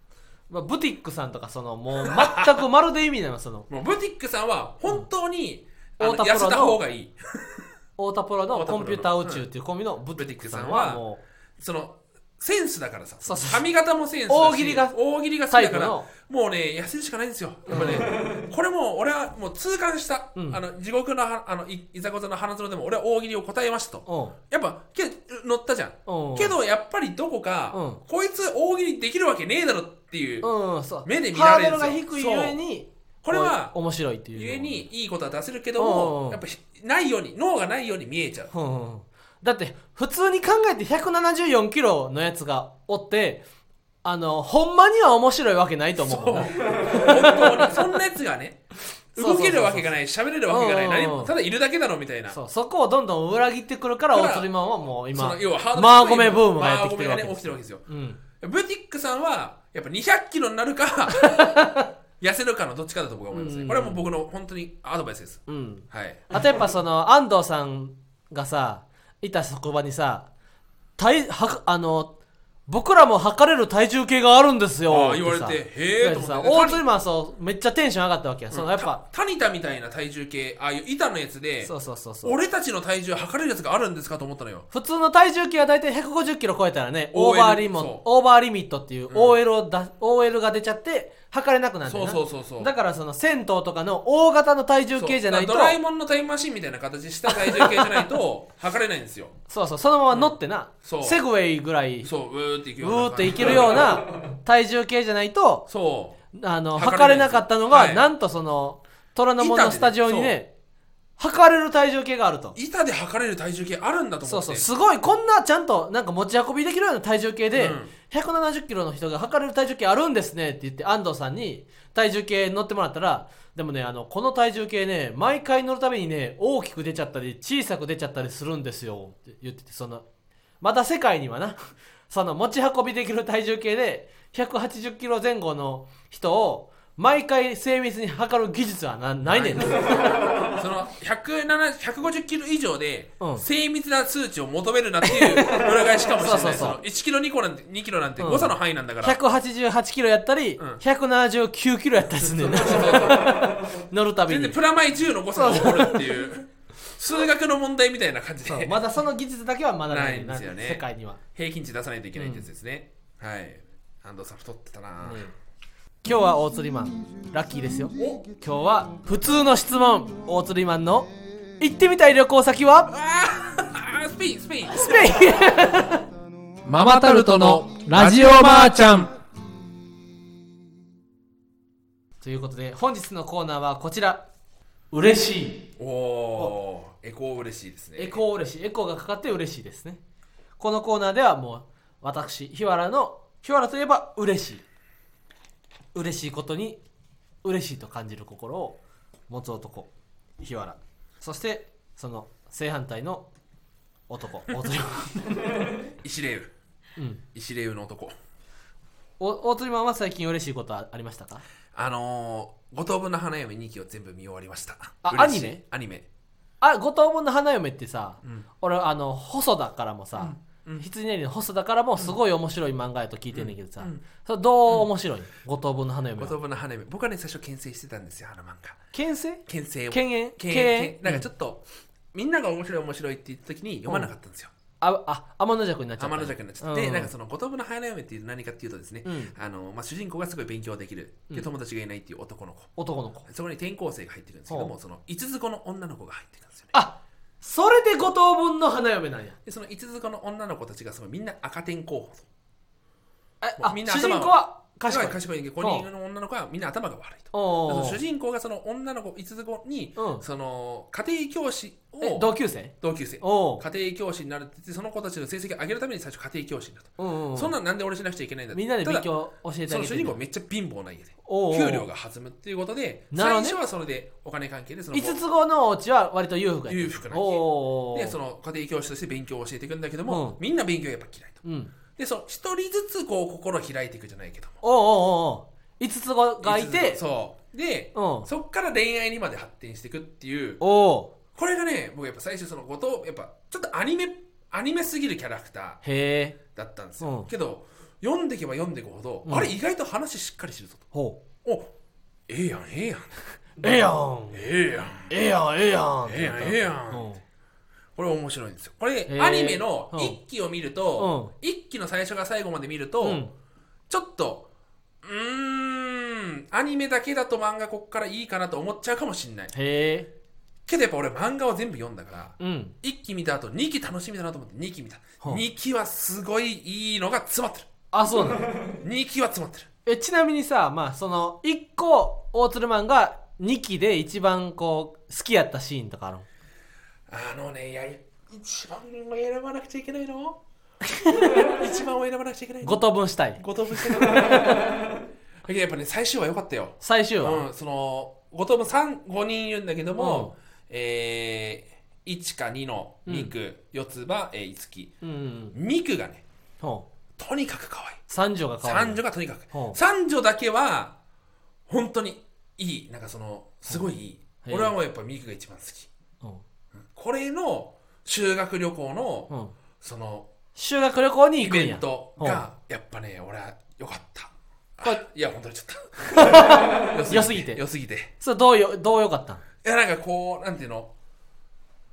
[SPEAKER 1] まあ、ブティックさんとかそのもう全くまるで意味ないわそ の
[SPEAKER 2] うもうブティックさんは本当に、
[SPEAKER 1] うん
[SPEAKER 2] あの
[SPEAKER 1] 太田
[SPEAKER 2] 痩
[SPEAKER 1] プロの
[SPEAKER 2] せた方がいい
[SPEAKER 1] 太田プロの
[SPEAKER 2] 太田プロ
[SPEAKER 1] コ
[SPEAKER 2] の
[SPEAKER 1] ンピューター宇宙っていうコンビのブティックさんはも
[SPEAKER 2] そのセンスだからさ
[SPEAKER 1] そうそう
[SPEAKER 2] 髪型もセンスだし
[SPEAKER 1] 大喜利が
[SPEAKER 2] 大喜利が
[SPEAKER 1] う
[SPEAKER 2] 好き
[SPEAKER 1] 最
[SPEAKER 2] だ
[SPEAKER 1] 後
[SPEAKER 2] から
[SPEAKER 1] の
[SPEAKER 2] もうね痩せるしかないんですよやっぱね、これもう俺はもう痛感した、
[SPEAKER 1] うん
[SPEAKER 2] あの地獄のはあのいいざこざの花園でも俺は大喜利を答えますとやっぱけ乗ったじゃん
[SPEAKER 1] うんうん
[SPEAKER 2] けどやっぱりどこか、
[SPEAKER 1] う
[SPEAKER 2] こいつ大喜利できるわけねえだろっていう、
[SPEAKER 1] うんそう
[SPEAKER 2] 目で見られるん
[SPEAKER 1] ハ
[SPEAKER 2] で
[SPEAKER 1] ー
[SPEAKER 2] す
[SPEAKER 1] ド
[SPEAKER 2] よ
[SPEAKER 1] ルが低いゆえに
[SPEAKER 2] これは
[SPEAKER 1] お面白いっていう
[SPEAKER 2] ゆえにいいことは出せるけども、
[SPEAKER 1] うんうん
[SPEAKER 2] やっぱひないように脳がないように見えちゃう
[SPEAKER 1] うんうんうんだって普通に考えて174キロのやつがおってあのほんまには面白いわけないと思
[SPEAKER 2] そう
[SPEAKER 1] うもんな
[SPEAKER 2] 本当にそんなやつがね
[SPEAKER 1] そうそうそうそ
[SPEAKER 2] 動
[SPEAKER 1] う
[SPEAKER 2] けるわけがない喋れるわけがない
[SPEAKER 1] うんうんうん
[SPEAKER 2] 何もただいるだけだろみたいな
[SPEAKER 1] そうそこをどんどん裏切ってくるから
[SPEAKER 2] だ
[SPEAKER 1] 大
[SPEAKER 2] から
[SPEAKER 1] 釣りマンはもう
[SPEAKER 2] そ
[SPEAKER 1] 今
[SPEAKER 2] の要はハードル
[SPEAKER 1] マーゴメブームがやってきてるわ
[SPEAKER 2] マー
[SPEAKER 1] けで
[SPEAKER 2] ゴメがね起き
[SPEAKER 1] す
[SPEAKER 2] てるわけですよ
[SPEAKER 1] うん
[SPEAKER 2] ブティックさんはやっぱ200キロにな るか痩せるかのどっちかだと僕は思います
[SPEAKER 1] う
[SPEAKER 2] ね
[SPEAKER 1] ん
[SPEAKER 2] これはもう僕の本当にアドバイスです
[SPEAKER 1] うん
[SPEAKER 2] はい
[SPEAKER 1] あとやっぱその安藤さんがさいた職場にさ体はあの僕らも測れる体重計があるんですよ
[SPEAKER 2] ああ
[SPEAKER 1] って
[SPEAKER 2] 言われ
[SPEAKER 1] さ
[SPEAKER 2] て
[SPEAKER 1] 言わ
[SPEAKER 2] へえ
[SPEAKER 1] れ
[SPEAKER 2] と
[SPEAKER 1] て
[SPEAKER 2] 思
[SPEAKER 1] さ
[SPEAKER 2] って
[SPEAKER 1] 大釣りマンそうめっちゃテンション上がったわけやそのやっぱ
[SPEAKER 2] タニタみたいな体重計ああいう板のやつで
[SPEAKER 1] そうそうそうそう
[SPEAKER 2] 俺たちの体重測れるやつがあるんですかと思ったのよ
[SPEAKER 1] 普通の体重計は大体150キロ超えたら ね、
[SPEAKER 2] OL
[SPEAKER 1] オーバーリモ
[SPEAKER 2] そう
[SPEAKER 1] ン、オーバーリミットっていう OL, をだ、OL が出ちゃって、測れなくなるんだ
[SPEAKER 2] そ
[SPEAKER 1] よ
[SPEAKER 2] う
[SPEAKER 1] な
[SPEAKER 2] そうそうそう
[SPEAKER 1] だからその銭湯とかの大型の体重計じゃないと、
[SPEAKER 2] そうだからドラえもんのタイムマシンみたいな形した体重計じゃない と測れないんですよ
[SPEAKER 1] そうそう、そのまま乗ってな、
[SPEAKER 2] そう
[SPEAKER 1] セグウェイぐらい、う
[SPEAKER 2] そううーっていくような
[SPEAKER 1] ーっていけるような体重計じゃないと、
[SPEAKER 2] そ
[SPEAKER 1] あの、
[SPEAKER 2] 測
[SPEAKER 1] 測
[SPEAKER 2] れ
[SPEAKER 1] れ
[SPEAKER 2] な
[SPEAKER 1] な
[SPEAKER 2] いです
[SPEAKER 1] かったのが、
[SPEAKER 2] はい
[SPEAKER 1] なんとその、虎ノ門のスタジオに
[SPEAKER 2] 板で
[SPEAKER 1] ね、測れる体重計があると
[SPEAKER 2] う。板で測れる体重計あるんだと
[SPEAKER 1] そ
[SPEAKER 2] 思っ
[SPEAKER 1] う
[SPEAKER 2] て
[SPEAKER 1] そう、すごい、こんなちゃんとなんか持ち運びできるような体重計で、
[SPEAKER 2] うん
[SPEAKER 1] 170キロの人が測れる体重計あるんですねって言って、安藤さんに体重計乗ってもらったら、でもね、あの、この体重計ね、毎回乗るたびにね、大きく出ちゃったり、小さく出ちゃったりするんですよって言ってて、その、また世界にはな、 その持ち運びできる体重計で、180キロ前後の人を、毎回精密に測る技術はなないねんな。
[SPEAKER 2] その107 150キロ以上で
[SPEAKER 1] うん
[SPEAKER 2] 精密な数値を求めるなっていう 裏返しかもしれない
[SPEAKER 1] そうそうそう
[SPEAKER 2] の1キロ2個なんて2キロなんて
[SPEAKER 1] うん
[SPEAKER 2] 誤差の範囲なんだから、
[SPEAKER 1] 188キロやったり、
[SPEAKER 2] うん
[SPEAKER 1] 179キロやったりすんねんな。
[SPEAKER 2] そうそうそう
[SPEAKER 1] 乗るたび
[SPEAKER 2] 全然
[SPEAKER 1] に
[SPEAKER 2] プラマイ10の誤差が起こるっていう数学の問題みたいな感じ
[SPEAKER 1] そう
[SPEAKER 2] で
[SPEAKER 1] まだその技術だけはまだない
[SPEAKER 2] ないんですよね
[SPEAKER 1] 世界には、
[SPEAKER 2] 平均値出さないといけないってやつですね、はい安藤さん太ってたな、
[SPEAKER 1] 今日は大釣りマンラッキーですよ今
[SPEAKER 2] お
[SPEAKER 1] 日は普通の質問大釣りマンの行ってみたい旅行先は
[SPEAKER 2] あースペインスペイン
[SPEAKER 1] スペイン
[SPEAKER 3] ママタルトのラジオマーちゃん
[SPEAKER 1] ということで本日のコーナーはこちら嬉しい
[SPEAKER 2] おおーエコー嬉しいですね
[SPEAKER 1] エコー嬉しいエコーがかかって嬉しいですねこのコーナーではもう私日原の日原といえば嬉しい嬉しいことに嬉しいと感じる心を持つ男日原そしてその正反対の 男大鳥マ
[SPEAKER 2] 石レウ
[SPEAKER 1] ン、うん、
[SPEAKER 2] 石レウの男
[SPEAKER 1] お大鳥マンは最近嬉しいことはありましたか
[SPEAKER 2] あのー、五等分の花嫁2期を全部見終わりました
[SPEAKER 1] あ
[SPEAKER 2] 嬉しい
[SPEAKER 1] アニメ
[SPEAKER 2] アニメ
[SPEAKER 1] あ五等分の花嫁ってさ、
[SPEAKER 2] ん
[SPEAKER 1] 俺あの細田からもさ、羊ねりの細田からもすごい面白い漫画やと聞いてんねんけどさ、それどう面白い、五等分の花嫁
[SPEAKER 2] 五
[SPEAKER 1] は
[SPEAKER 2] 等分の花嫁僕はね最初牽制してたんですよあの漫画
[SPEAKER 1] 牽制
[SPEAKER 2] 牽制を
[SPEAKER 1] 敬遠
[SPEAKER 2] 敬
[SPEAKER 1] 敬
[SPEAKER 2] 遠
[SPEAKER 1] 遠
[SPEAKER 2] なんかちょっと、みんなが面白い面白いって言った時に読まなかったんですよ、
[SPEAKER 1] ああ天の弱になっちゃった
[SPEAKER 2] 天の弱になっちゃって、
[SPEAKER 1] うん
[SPEAKER 2] なんかその五等分の花嫁っていう何かっていうとですね、
[SPEAKER 1] うん
[SPEAKER 2] あのまあ、主人公がすごい勉強できる、で友達がいないっていう男の子
[SPEAKER 1] 男の子
[SPEAKER 2] そこに転校生が入ってくるんですけども、
[SPEAKER 1] ほ
[SPEAKER 2] その五つ子の女の子が入ってくるんですよね
[SPEAKER 1] あそれで五等分の花嫁なんや
[SPEAKER 2] でその五つ子の女の子たちがすごいみんな赤点候補と
[SPEAKER 1] え
[SPEAKER 2] もう
[SPEAKER 1] あ
[SPEAKER 2] みんな
[SPEAKER 1] 主人
[SPEAKER 2] 頭
[SPEAKER 1] 公は賢い
[SPEAKER 2] まあ賢い5人の女の子はみんな頭が悪いと。
[SPEAKER 1] お
[SPEAKER 2] だ
[SPEAKER 1] う
[SPEAKER 2] か
[SPEAKER 1] お
[SPEAKER 2] ら
[SPEAKER 1] う
[SPEAKER 2] 主人公がその女の子5つ子に、
[SPEAKER 1] うん
[SPEAKER 2] その家庭教師
[SPEAKER 1] え
[SPEAKER 2] を
[SPEAKER 1] 同級生
[SPEAKER 2] 同級生
[SPEAKER 1] おう
[SPEAKER 2] 家庭教師になるって言ってその子たちの成績を上げるために最初家庭教師になると、
[SPEAKER 1] うんうん
[SPEAKER 2] そんなんなんで俺しなくちゃいけないんだって
[SPEAKER 1] みんなで勉
[SPEAKER 2] ただ
[SPEAKER 1] 強教えて
[SPEAKER 2] そ
[SPEAKER 1] あ
[SPEAKER 2] の
[SPEAKER 1] げ
[SPEAKER 2] 主
[SPEAKER 1] て
[SPEAKER 2] 人公めっちゃ貧乏な家で
[SPEAKER 1] おうおう
[SPEAKER 2] 給料が弾むっていうことで
[SPEAKER 1] なる
[SPEAKER 2] 最
[SPEAKER 1] ほどね
[SPEAKER 2] 初はそれでお金関係でその
[SPEAKER 1] 5つ子のお家は割と裕福や
[SPEAKER 2] 裕福な
[SPEAKER 1] おうお
[SPEAKER 2] 家
[SPEAKER 1] うおう
[SPEAKER 2] でその家庭教師として勉強を教えていくんだけども、
[SPEAKER 1] うん
[SPEAKER 2] みんな勉強やっぱ嫌いと
[SPEAKER 1] うん
[SPEAKER 2] でその一人ずつこう心を開いていくじゃないけども
[SPEAKER 1] おうおうおう5つ子がい
[SPEAKER 2] つ
[SPEAKER 1] て
[SPEAKER 2] そうで、
[SPEAKER 1] うん
[SPEAKER 2] そっから恋愛にまで発展していくっていう
[SPEAKER 1] おお
[SPEAKER 2] これがね僕やっぱ最初その後藤やっぱちょっとアニメアニメすぎるキャラクタ
[SPEAKER 1] へえ
[SPEAKER 2] ーだったんですよ、
[SPEAKER 1] うん
[SPEAKER 2] けど読んでいけば読んでいくほど、
[SPEAKER 1] うん
[SPEAKER 2] あれ意外と話しっかりしてるぞ
[SPEAKER 1] ほう
[SPEAKER 2] とおええやんええやん
[SPEAKER 1] ええやん
[SPEAKER 2] ええやん
[SPEAKER 1] ええやんええやん
[SPEAKER 2] ええやんええやん
[SPEAKER 1] うん
[SPEAKER 2] これ面白いんですよこれ、
[SPEAKER 1] ー
[SPEAKER 2] アニメの
[SPEAKER 1] うん
[SPEAKER 2] 1期を見ると、1期の最初から最後まで見ると、
[SPEAKER 1] うん
[SPEAKER 2] ちょっとうーんアニメだけだと漫画こっからいいかなと思っちゃうかもしんない
[SPEAKER 1] へえ
[SPEAKER 2] けどやっぱ俺漫画を全部読んだから
[SPEAKER 1] うん
[SPEAKER 2] 1期見た後2期楽しみだなと思って2期見た、
[SPEAKER 1] はあ
[SPEAKER 2] 2期はすごいいいのが詰まって
[SPEAKER 1] あそうなの
[SPEAKER 2] る2期は詰まってる
[SPEAKER 1] えちなみにさまあその1個大鶴マンが2期で一番こう好きやったシーンとかあるの
[SPEAKER 2] あのねいや一番を選ばなくちゃいけな いの一番を選ばなくちゃいけないの
[SPEAKER 1] 5等分したい
[SPEAKER 2] 五等分してない やっぱね最終話良かったよ
[SPEAKER 1] 最終話、
[SPEAKER 2] うんその5等分三5人いるんだけども、えー、1か2のミク、四つ葉、えー、五木
[SPEAKER 1] うんうん、
[SPEAKER 2] ミクがね
[SPEAKER 1] ほう
[SPEAKER 2] とにかく可愛い
[SPEAKER 1] 三女が変わ
[SPEAKER 2] 三
[SPEAKER 1] る
[SPEAKER 2] 女がとにかく
[SPEAKER 1] ほう
[SPEAKER 2] 三女だけは本当にいいなんかそのすごいいい、
[SPEAKER 1] うん
[SPEAKER 2] 俺はもうやっぱミクが一番好きこれの修学旅行の、
[SPEAKER 1] うんうん、
[SPEAKER 2] その
[SPEAKER 1] 修学旅行に
[SPEAKER 2] イ
[SPEAKER 1] 行くん
[SPEAKER 2] ベ
[SPEAKER 1] や
[SPEAKER 2] ントがやっぱね俺は良かった
[SPEAKER 1] これ
[SPEAKER 2] あいや本当にちょっ と
[SPEAKER 1] 良すぎて
[SPEAKER 2] 良すぎて
[SPEAKER 1] それどうよどうよかったん
[SPEAKER 2] いやなんかこうなんていうの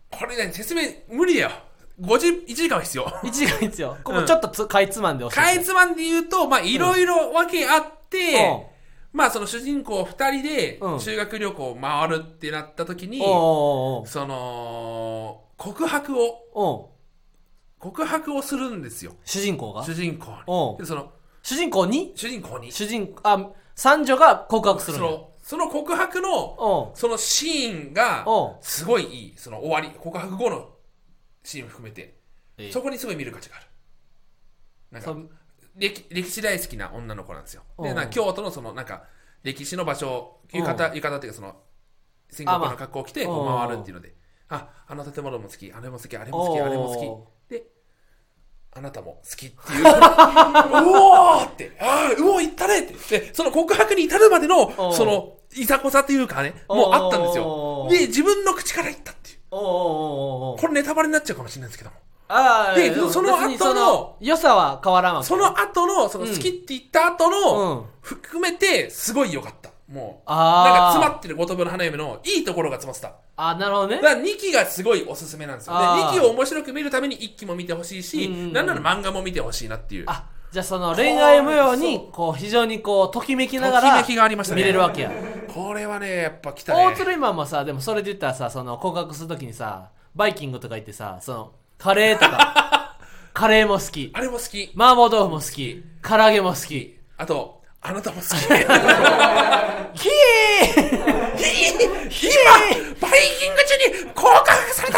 [SPEAKER 2] これね説明無理だよ50 1時間は必要
[SPEAKER 1] 一時間必要ここちょっとつ、かいつまんで教えて
[SPEAKER 2] かいつまんで言うとまあいろいろ訳あって、
[SPEAKER 1] う
[SPEAKER 2] まあその主人公2人で
[SPEAKER 1] うん
[SPEAKER 2] 修学旅行を回るってなった時に、
[SPEAKER 1] んおうおうおう
[SPEAKER 2] その告白を
[SPEAKER 1] おう
[SPEAKER 2] 告白をするんですよ
[SPEAKER 1] 主人公が
[SPEAKER 2] 主人公
[SPEAKER 1] お
[SPEAKER 2] にでその
[SPEAKER 1] 主人公に
[SPEAKER 2] 主人公に
[SPEAKER 1] 主人あ三女が告白する
[SPEAKER 2] そ
[SPEAKER 1] んや
[SPEAKER 2] のその告白の
[SPEAKER 1] おう
[SPEAKER 2] そのシーンが
[SPEAKER 1] おう
[SPEAKER 2] すごいいいその終わり告白後のシーンも含めて
[SPEAKER 1] ええ
[SPEAKER 2] そこにすごい見る価値があるなん
[SPEAKER 1] そ
[SPEAKER 2] か歴歴史大好きな女の子なんですよ
[SPEAKER 1] う
[SPEAKER 2] で
[SPEAKER 1] ん
[SPEAKER 2] なんか京都のそのなんか歴史の場所
[SPEAKER 1] うん
[SPEAKER 2] 浴衣浴衣っていうかその戦国
[SPEAKER 1] あま
[SPEAKER 2] の
[SPEAKER 1] あ
[SPEAKER 2] 格好を着てこ
[SPEAKER 1] うん
[SPEAKER 2] う回るっていうのでああの建物も好きあれも好きあれも好き
[SPEAKER 1] おう
[SPEAKER 2] あれも好きであなたも好きっていううおーってあーうおーいったねってでその告白に至るまでの
[SPEAKER 1] うん
[SPEAKER 2] そのいざこざというかねもうあったんですよ
[SPEAKER 1] おー
[SPEAKER 2] で自分の口から言ったっていう
[SPEAKER 1] おうおうおうおう
[SPEAKER 2] これネタバレになっちゃうかもしれないですけども
[SPEAKER 1] ああ
[SPEAKER 2] で
[SPEAKER 1] うん
[SPEAKER 2] その
[SPEAKER 1] 別に
[SPEAKER 2] 後の
[SPEAKER 1] 良さは変わらんわけ
[SPEAKER 2] その後の、その
[SPEAKER 1] うん
[SPEAKER 2] 好きって言った後
[SPEAKER 1] うん
[SPEAKER 2] の、含めて、すごい良かった。もう、
[SPEAKER 1] あー
[SPEAKER 2] なんか詰まってる五等分の花嫁のいいところが詰まってた。
[SPEAKER 1] あなるほどね
[SPEAKER 2] だから2期がすごいおすすめなんですよ。で、
[SPEAKER 1] あー
[SPEAKER 2] 2期を面白く見るために1期も見てほしいし、
[SPEAKER 1] うんうんうん
[SPEAKER 2] なんなら漫画も見てほしいなっていう。
[SPEAKER 1] あじゃあその恋愛模様にこう非常にこうときめきながら
[SPEAKER 2] ときめきがありましたね
[SPEAKER 1] 見れるわけや
[SPEAKER 2] これはね、やっぱ来た
[SPEAKER 1] 大
[SPEAKER 2] ね。
[SPEAKER 1] 鶴今もさでもそれで言ったらさその告白するときにさバイキングとか行ってさそのカレーとか カレーも好き
[SPEAKER 2] あれも好き。
[SPEAKER 1] 麻婆豆腐も好き唐揚げも好き
[SPEAKER 2] あと、あなたも好き。
[SPEAKER 1] キー
[SPEAKER 2] 今、バイキング中に降格され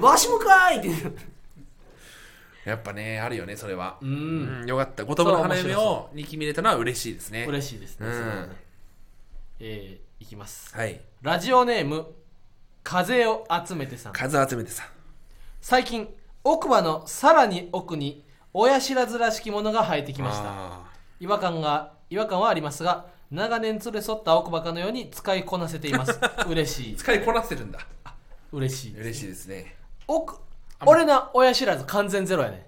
[SPEAKER 2] た
[SPEAKER 1] わしもかーいって
[SPEAKER 2] やっぱね、あるよね、それは。う、
[SPEAKER 1] うんん
[SPEAKER 2] よかった。五等分の花嫁を2期見れたのは嬉しいですね。
[SPEAKER 1] 嬉しいですね、
[SPEAKER 2] うん
[SPEAKER 1] それはねえー、いきます
[SPEAKER 2] はい。
[SPEAKER 1] ラジオネーム風を集めてさん
[SPEAKER 2] 数集めてさ。
[SPEAKER 1] 最近奥歯のさらに奥に親知らずらしきものが生えてきました
[SPEAKER 2] あ
[SPEAKER 1] 違和感が違和感はありますが長年連れ添った奥歯かのように使いこなせています嬉しい
[SPEAKER 2] ー使いこなせるんだ。
[SPEAKER 1] 嬉しい
[SPEAKER 2] 嬉しいですね。
[SPEAKER 1] 奥俺の親知らず完全ゼロやね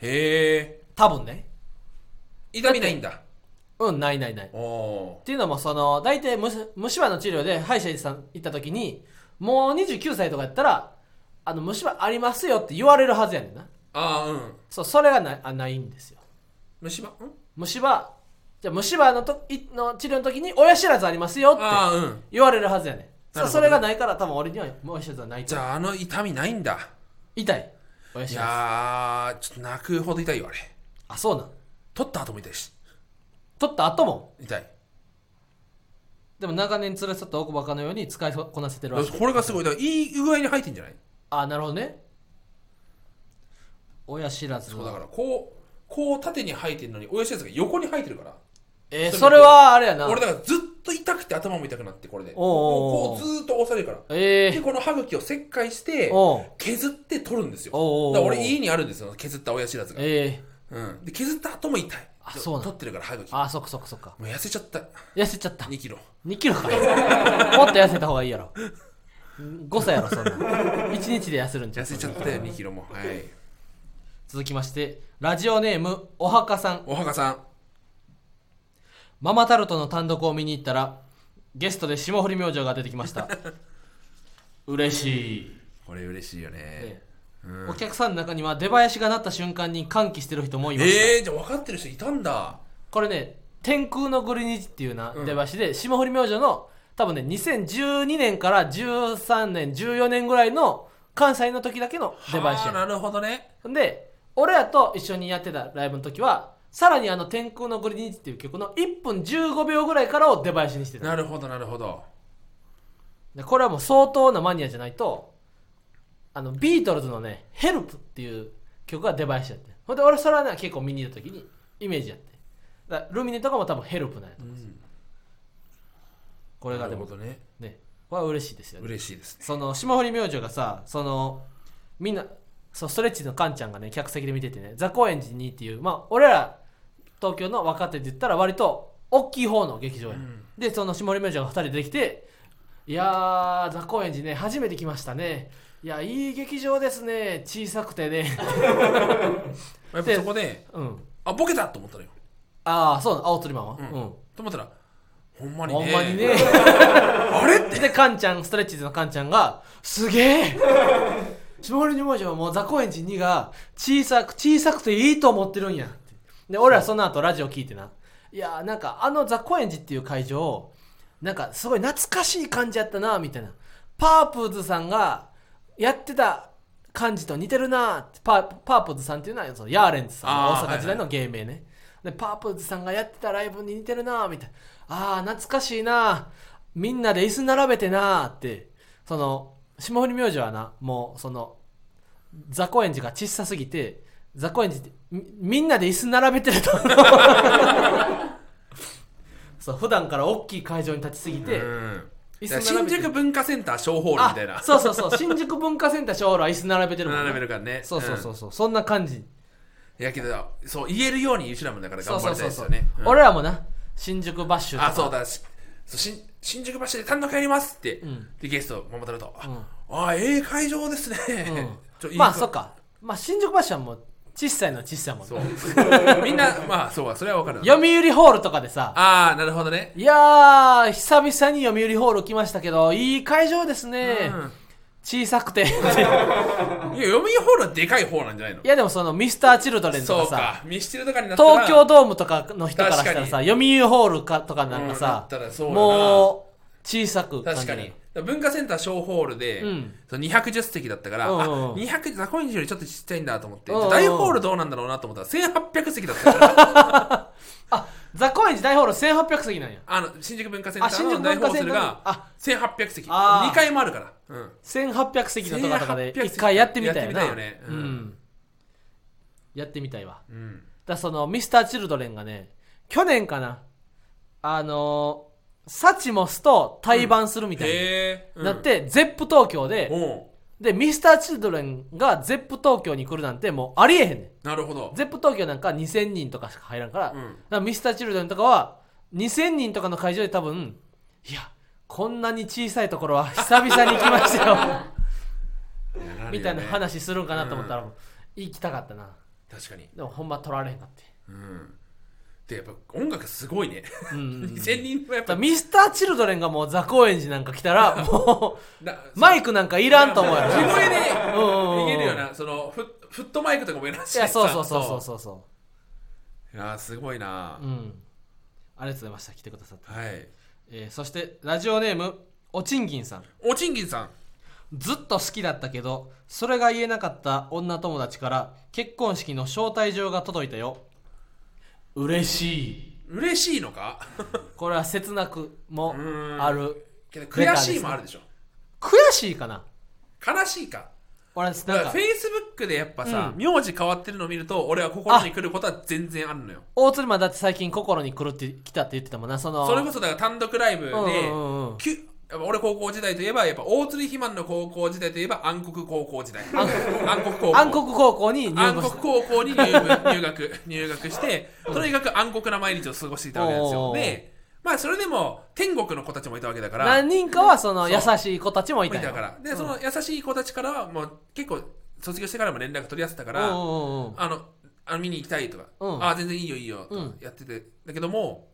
[SPEAKER 2] へ
[SPEAKER 1] 多分ね
[SPEAKER 2] え。痛みないんだ。
[SPEAKER 1] うんないないないっ
[SPEAKER 2] おお
[SPEAKER 1] ていうのもその大体虫虫歯の治療で歯医者さん行った時にもう29歳とかやったらあの虫歯ありますよって言われるはずやねんな
[SPEAKER 2] ー。ああ、うん。
[SPEAKER 1] そうそれがなあないんですよ
[SPEAKER 2] 虫歯うん
[SPEAKER 1] 虫歯じゃあ虫歯のといの治療の時に親知らずありますよって
[SPEAKER 2] ああ、うん。
[SPEAKER 1] 言われるはずやねん
[SPEAKER 2] なるほ
[SPEAKER 1] そ
[SPEAKER 2] どね
[SPEAKER 1] それがないから多分俺には親知らずはないと
[SPEAKER 2] じゃあ、あの痛みないんだ。
[SPEAKER 1] 痛い親
[SPEAKER 2] い
[SPEAKER 1] 知らず
[SPEAKER 2] やー、ちょっと泣くほど痛いよ、あれ。
[SPEAKER 1] あそうなん
[SPEAKER 2] 取った後も痛いし。
[SPEAKER 1] 取った後も
[SPEAKER 2] 痛い
[SPEAKER 1] でも長年連れ添った奥バカのように使いこなせてるわけ
[SPEAKER 2] これがすごいだからいい具合に入ってんじゃない
[SPEAKER 1] あなるほどね親知らず
[SPEAKER 2] そうだから
[SPEAKER 1] は
[SPEAKER 2] こうこう縦に生えてるのに親知らずが横に生えてるから
[SPEAKER 1] えーそれはあれやな
[SPEAKER 2] 俺だからずっと痛くて頭も痛くなってこれで
[SPEAKER 1] おうおうおう
[SPEAKER 2] こうずーっと押されるから
[SPEAKER 1] え
[SPEAKER 2] で
[SPEAKER 1] え
[SPEAKER 2] この歯茎を切開して
[SPEAKER 1] おう
[SPEAKER 2] 削って取るんですよ
[SPEAKER 1] おうおうおう
[SPEAKER 2] だから俺家にあるんですよ削った親知らずが、
[SPEAKER 1] ええ
[SPEAKER 2] うん、で削った後も痛い
[SPEAKER 1] あそうなん
[SPEAKER 2] 取ってるから歯茎も
[SPEAKER 1] あそっかそっかそっか
[SPEAKER 2] う痩せちゃった
[SPEAKER 1] 痩せちゃった
[SPEAKER 2] 2キロ
[SPEAKER 1] 2キロかもっと痩せた方がいいやろ誤差やろそんなん1日で痩せるんじゃ
[SPEAKER 2] 痩
[SPEAKER 1] う
[SPEAKER 2] せちゃったよ2キロもはい
[SPEAKER 1] 続きましてラジオネームおはかさん
[SPEAKER 2] おはかさん
[SPEAKER 1] ママタルトの単独を見に行ったらゲストで霜降り明星が出てきました 嬉しい、
[SPEAKER 2] これ嬉しいよね
[SPEAKER 1] ええお客さんの中には出囃子が鳴った瞬間に歓喜してる人もいました、
[SPEAKER 2] えー、じゃあ分かってる人いたんだ
[SPEAKER 1] これね「天空のグリニジ」っていうな
[SPEAKER 2] うん
[SPEAKER 1] 出囃子で、霜降り明星の多分ね2012年から13年14年ぐらいの関西の時だけの出囃子
[SPEAKER 2] は
[SPEAKER 1] や
[SPEAKER 2] あ
[SPEAKER 1] ねん
[SPEAKER 2] なるほどね
[SPEAKER 1] ほんで俺らと一緒にやってたライブの時はさらにあの「天空のグリニジ」っていう曲の1分15秒ぐらいからを出囃子にしてた
[SPEAKER 2] なるほどなるほど
[SPEAKER 1] でこれはもう相当なマニアじゃないとあのビートルズのね「ヘルプっていう曲が出囃子やってほんで俺それはね結構見に行った時にイメージやってだからルミネとかも多分「ヘルプなんやと思うんですよ、これ
[SPEAKER 2] な
[SPEAKER 1] が
[SPEAKER 2] る
[SPEAKER 1] で
[SPEAKER 2] ほ
[SPEAKER 1] も
[SPEAKER 2] どね
[SPEAKER 1] ねこれは嬉しいですよね
[SPEAKER 2] 嬉しいですね
[SPEAKER 1] その霜降り明星がさそのみんなそうストレッチのカンちゃんがね客席で見ててね「ザ・高円寺に」っていうまあ俺ら東京の若手で言ったら割と大きい方の劇場や、
[SPEAKER 2] うん
[SPEAKER 1] でその霜降り明星が2人出てきて「いやーザ・高円寺ね初めて来ましたねいやいい劇場ですね小さくてね
[SPEAKER 2] やっぱそこで
[SPEAKER 1] うん
[SPEAKER 2] あボケたと思ったのよ
[SPEAKER 1] ああそうなの青鳥マンはう、
[SPEAKER 2] うんんと思ったらほんまに
[SPEAKER 1] ほ
[SPEAKER 2] ね
[SPEAKER 1] んまにね
[SPEAKER 2] あれって
[SPEAKER 1] で、カンちゃん、ストレッチーズのカンちゃんが、すげえ下降り明星はもうザコエンジ2が小さく、小さくていいと思ってるんやって。で、俺らその後ラジオ聞いてな。いやーなんかあのザコエンジっていう会場、なんかすごい懐かしい感じやったな、みたいな。パープーズさんがやってた感じと似てるなって。パーパープーズさんっていうのはそのヤーレンズさん
[SPEAKER 2] あー
[SPEAKER 1] 大阪時代の芸名ね。でパープーズさんがやってたライブに似てるなみたいなあー懐かしいなみんなで椅子並べてなってその霜降り明星はなもうその雑魚園児が小さすぎて雑魚園児ってみみんなで椅子並べてると そう普段から大きい会場に立ちすぎて
[SPEAKER 2] うん
[SPEAKER 1] 椅
[SPEAKER 2] だから
[SPEAKER 1] 子並
[SPEAKER 2] 新
[SPEAKER 1] べて
[SPEAKER 2] 宿文化センター小ホールみたいな
[SPEAKER 1] あそうそうそう新宿文化センター小ホールは椅子並べてるもんな
[SPEAKER 2] 並べるからね
[SPEAKER 1] そうそうそううそうそんな感じ
[SPEAKER 2] んやけどそう言えるようにうちらもだから
[SPEAKER 1] そ
[SPEAKER 2] 頑
[SPEAKER 1] う
[SPEAKER 2] 張
[SPEAKER 1] そう
[SPEAKER 2] りたい
[SPEAKER 1] そう
[SPEAKER 2] で
[SPEAKER 1] そ
[SPEAKER 2] すよ
[SPEAKER 1] う
[SPEAKER 2] ねうん
[SPEAKER 1] 俺らもな新宿バッシュとか
[SPEAKER 2] あそうだしそう新新宿橋で単独やりますって
[SPEAKER 1] ん
[SPEAKER 2] でゲストママタルト
[SPEAKER 1] うん
[SPEAKER 2] あええ会場ですね ちょいい
[SPEAKER 1] まあそっかまあ新宿バッシュはもう小さいのは小さいもん
[SPEAKER 2] そ
[SPEAKER 1] ね
[SPEAKER 2] うみんなまあそうかそれはわかる
[SPEAKER 1] 読売ホールとかでさ
[SPEAKER 2] ああなるほどね
[SPEAKER 1] いやー久々に読売ホール来ましたけどいい会場ですね、
[SPEAKER 2] うん
[SPEAKER 1] 小さくて
[SPEAKER 2] いや読みホールはでかい方なんじゃないの
[SPEAKER 1] いやでもそのミスターチルドレンと
[SPEAKER 2] そ
[SPEAKER 1] か
[SPEAKER 2] う
[SPEAKER 1] さ
[SPEAKER 2] かミスチルとかになったら
[SPEAKER 1] 東京ドームとかの人からしたら
[SPEAKER 2] 確
[SPEAKER 1] さ
[SPEAKER 2] か
[SPEAKER 1] 読売ホールかとかなんか
[SPEAKER 2] うんな
[SPEAKER 1] さ
[SPEAKER 2] っ、たらそうだな
[SPEAKER 1] もう小さく感じ
[SPEAKER 2] 確かにだから文化センター小ホールで、
[SPEAKER 1] うん
[SPEAKER 2] その210席だったから、
[SPEAKER 1] うんうん
[SPEAKER 2] あ200ザコインジよりちょっとちっちゃいんだと思って、
[SPEAKER 1] うんうん
[SPEAKER 2] 大ホールどうなんだろうなと思ったら1800席だっ たから
[SPEAKER 1] あザコエンジ大ホール1800席なんや
[SPEAKER 2] あの新宿文化センタ
[SPEAKER 1] あ
[SPEAKER 2] ー
[SPEAKER 1] 新
[SPEAKER 2] の
[SPEAKER 1] 宿
[SPEAKER 2] 大
[SPEAKER 1] 文
[SPEAKER 2] ホ
[SPEAKER 1] 化
[SPEAKER 2] ー
[SPEAKER 1] セン
[SPEAKER 2] ル
[SPEAKER 1] ターの
[SPEAKER 2] が
[SPEAKER 1] あ
[SPEAKER 2] 1800席
[SPEAKER 1] あー
[SPEAKER 2] 2階もあるから、うん、
[SPEAKER 1] 1800席のとかとかで
[SPEAKER 2] 1800
[SPEAKER 1] 一回やってみたいよな
[SPEAKER 2] やってみたいよね
[SPEAKER 1] う
[SPEAKER 2] うん
[SPEAKER 1] ん、やってみたいわ
[SPEAKER 2] うん
[SPEAKER 1] だからそのミスターチルドレンがね去年かなあのー、サチモスと対バンするみたいに
[SPEAKER 2] へえ、うん
[SPEAKER 1] なって、ゼップ東京
[SPEAKER 2] お
[SPEAKER 1] で
[SPEAKER 2] う
[SPEAKER 1] でミスターチルドレンがゼップ東京に来るなんてもうありえへんね
[SPEAKER 2] なるほど
[SPEAKER 1] んゼップ東京なんか2000人とかしか入らんから,、
[SPEAKER 2] うん
[SPEAKER 1] ミスターチルドレンとかは2000人とかの会場で多分いやこんなに小さいところは久々に来ました よみたいな
[SPEAKER 2] るよね
[SPEAKER 1] 話するんかなと思ったら、行きたかったな
[SPEAKER 2] 確かに
[SPEAKER 1] でもほんま取られへんかって
[SPEAKER 2] うんでやっぱ音楽すごいね、
[SPEAKER 1] ん
[SPEAKER 2] 2000人もやっ
[SPEAKER 1] だ
[SPEAKER 2] ぱ
[SPEAKER 1] からミスター・チルドレンがもうザ・高円寺なんか来た らも
[SPEAKER 2] な
[SPEAKER 1] うマイクなんかいらんと思うやろ
[SPEAKER 2] 地
[SPEAKER 1] い
[SPEAKER 2] 声で
[SPEAKER 1] うんうんうん
[SPEAKER 2] いけるよなそのフッフットマイクとかもやらし
[SPEAKER 1] やそうそうそうそうそうそう
[SPEAKER 2] いやーすごいな
[SPEAKER 1] う、うんありがとうございました来てくださって、
[SPEAKER 2] はい
[SPEAKER 1] えーそしてラジオネームおちんぎんさん
[SPEAKER 2] おちんぎんさん
[SPEAKER 1] ずっと好きだったけどそれが言えなかった女友達から結婚式の招待状が届いたよ嬉しい
[SPEAKER 2] 嬉しい のか
[SPEAKER 1] これは切なくも
[SPEAKER 2] ん
[SPEAKER 1] ある
[SPEAKER 2] けど悔しいもあるでしょ
[SPEAKER 1] 悔しいかな
[SPEAKER 2] 悲しいか
[SPEAKER 1] 俺
[SPEAKER 2] だ
[SPEAKER 1] なん
[SPEAKER 2] から
[SPEAKER 1] か
[SPEAKER 2] フェイスブックでやっぱさ、
[SPEAKER 1] うん
[SPEAKER 2] 名字変わってるのを見ると俺は心に来ることは全然あるのよ
[SPEAKER 1] 大鶴間だって最近心に狂ってきたって言ってたもんなその
[SPEAKER 2] それこそだから単独ライブで、
[SPEAKER 1] うんうんうん
[SPEAKER 2] きゅやっぱ俺高校時代といえばやっぱ大鶴肥満の高校時代といえば暗黒高校時代暗黒高校
[SPEAKER 1] 暗黒高校に入
[SPEAKER 2] 暗
[SPEAKER 1] 部
[SPEAKER 2] 黒
[SPEAKER 1] した
[SPEAKER 2] 高校に 入部入学入学してとにかく暗黒な毎日を過ごしていたわけですよ
[SPEAKER 1] おー
[SPEAKER 2] でまあそれでも天国の子たちもいたわけだから
[SPEAKER 1] 何人かはその
[SPEAKER 2] そう
[SPEAKER 1] 優しい子たちもい
[SPEAKER 2] 無
[SPEAKER 1] た
[SPEAKER 2] 理
[SPEAKER 1] よ
[SPEAKER 2] だからでその優しい子たちからはもう結構卒業してからも連絡取り合ってたか
[SPEAKER 1] うん
[SPEAKER 2] ら
[SPEAKER 1] うんうん
[SPEAKER 2] あのあの見に行きたいとか、
[SPEAKER 1] うん
[SPEAKER 2] ああ全然いいよいいよと
[SPEAKER 1] う
[SPEAKER 2] か
[SPEAKER 1] ん
[SPEAKER 2] やってて、だけども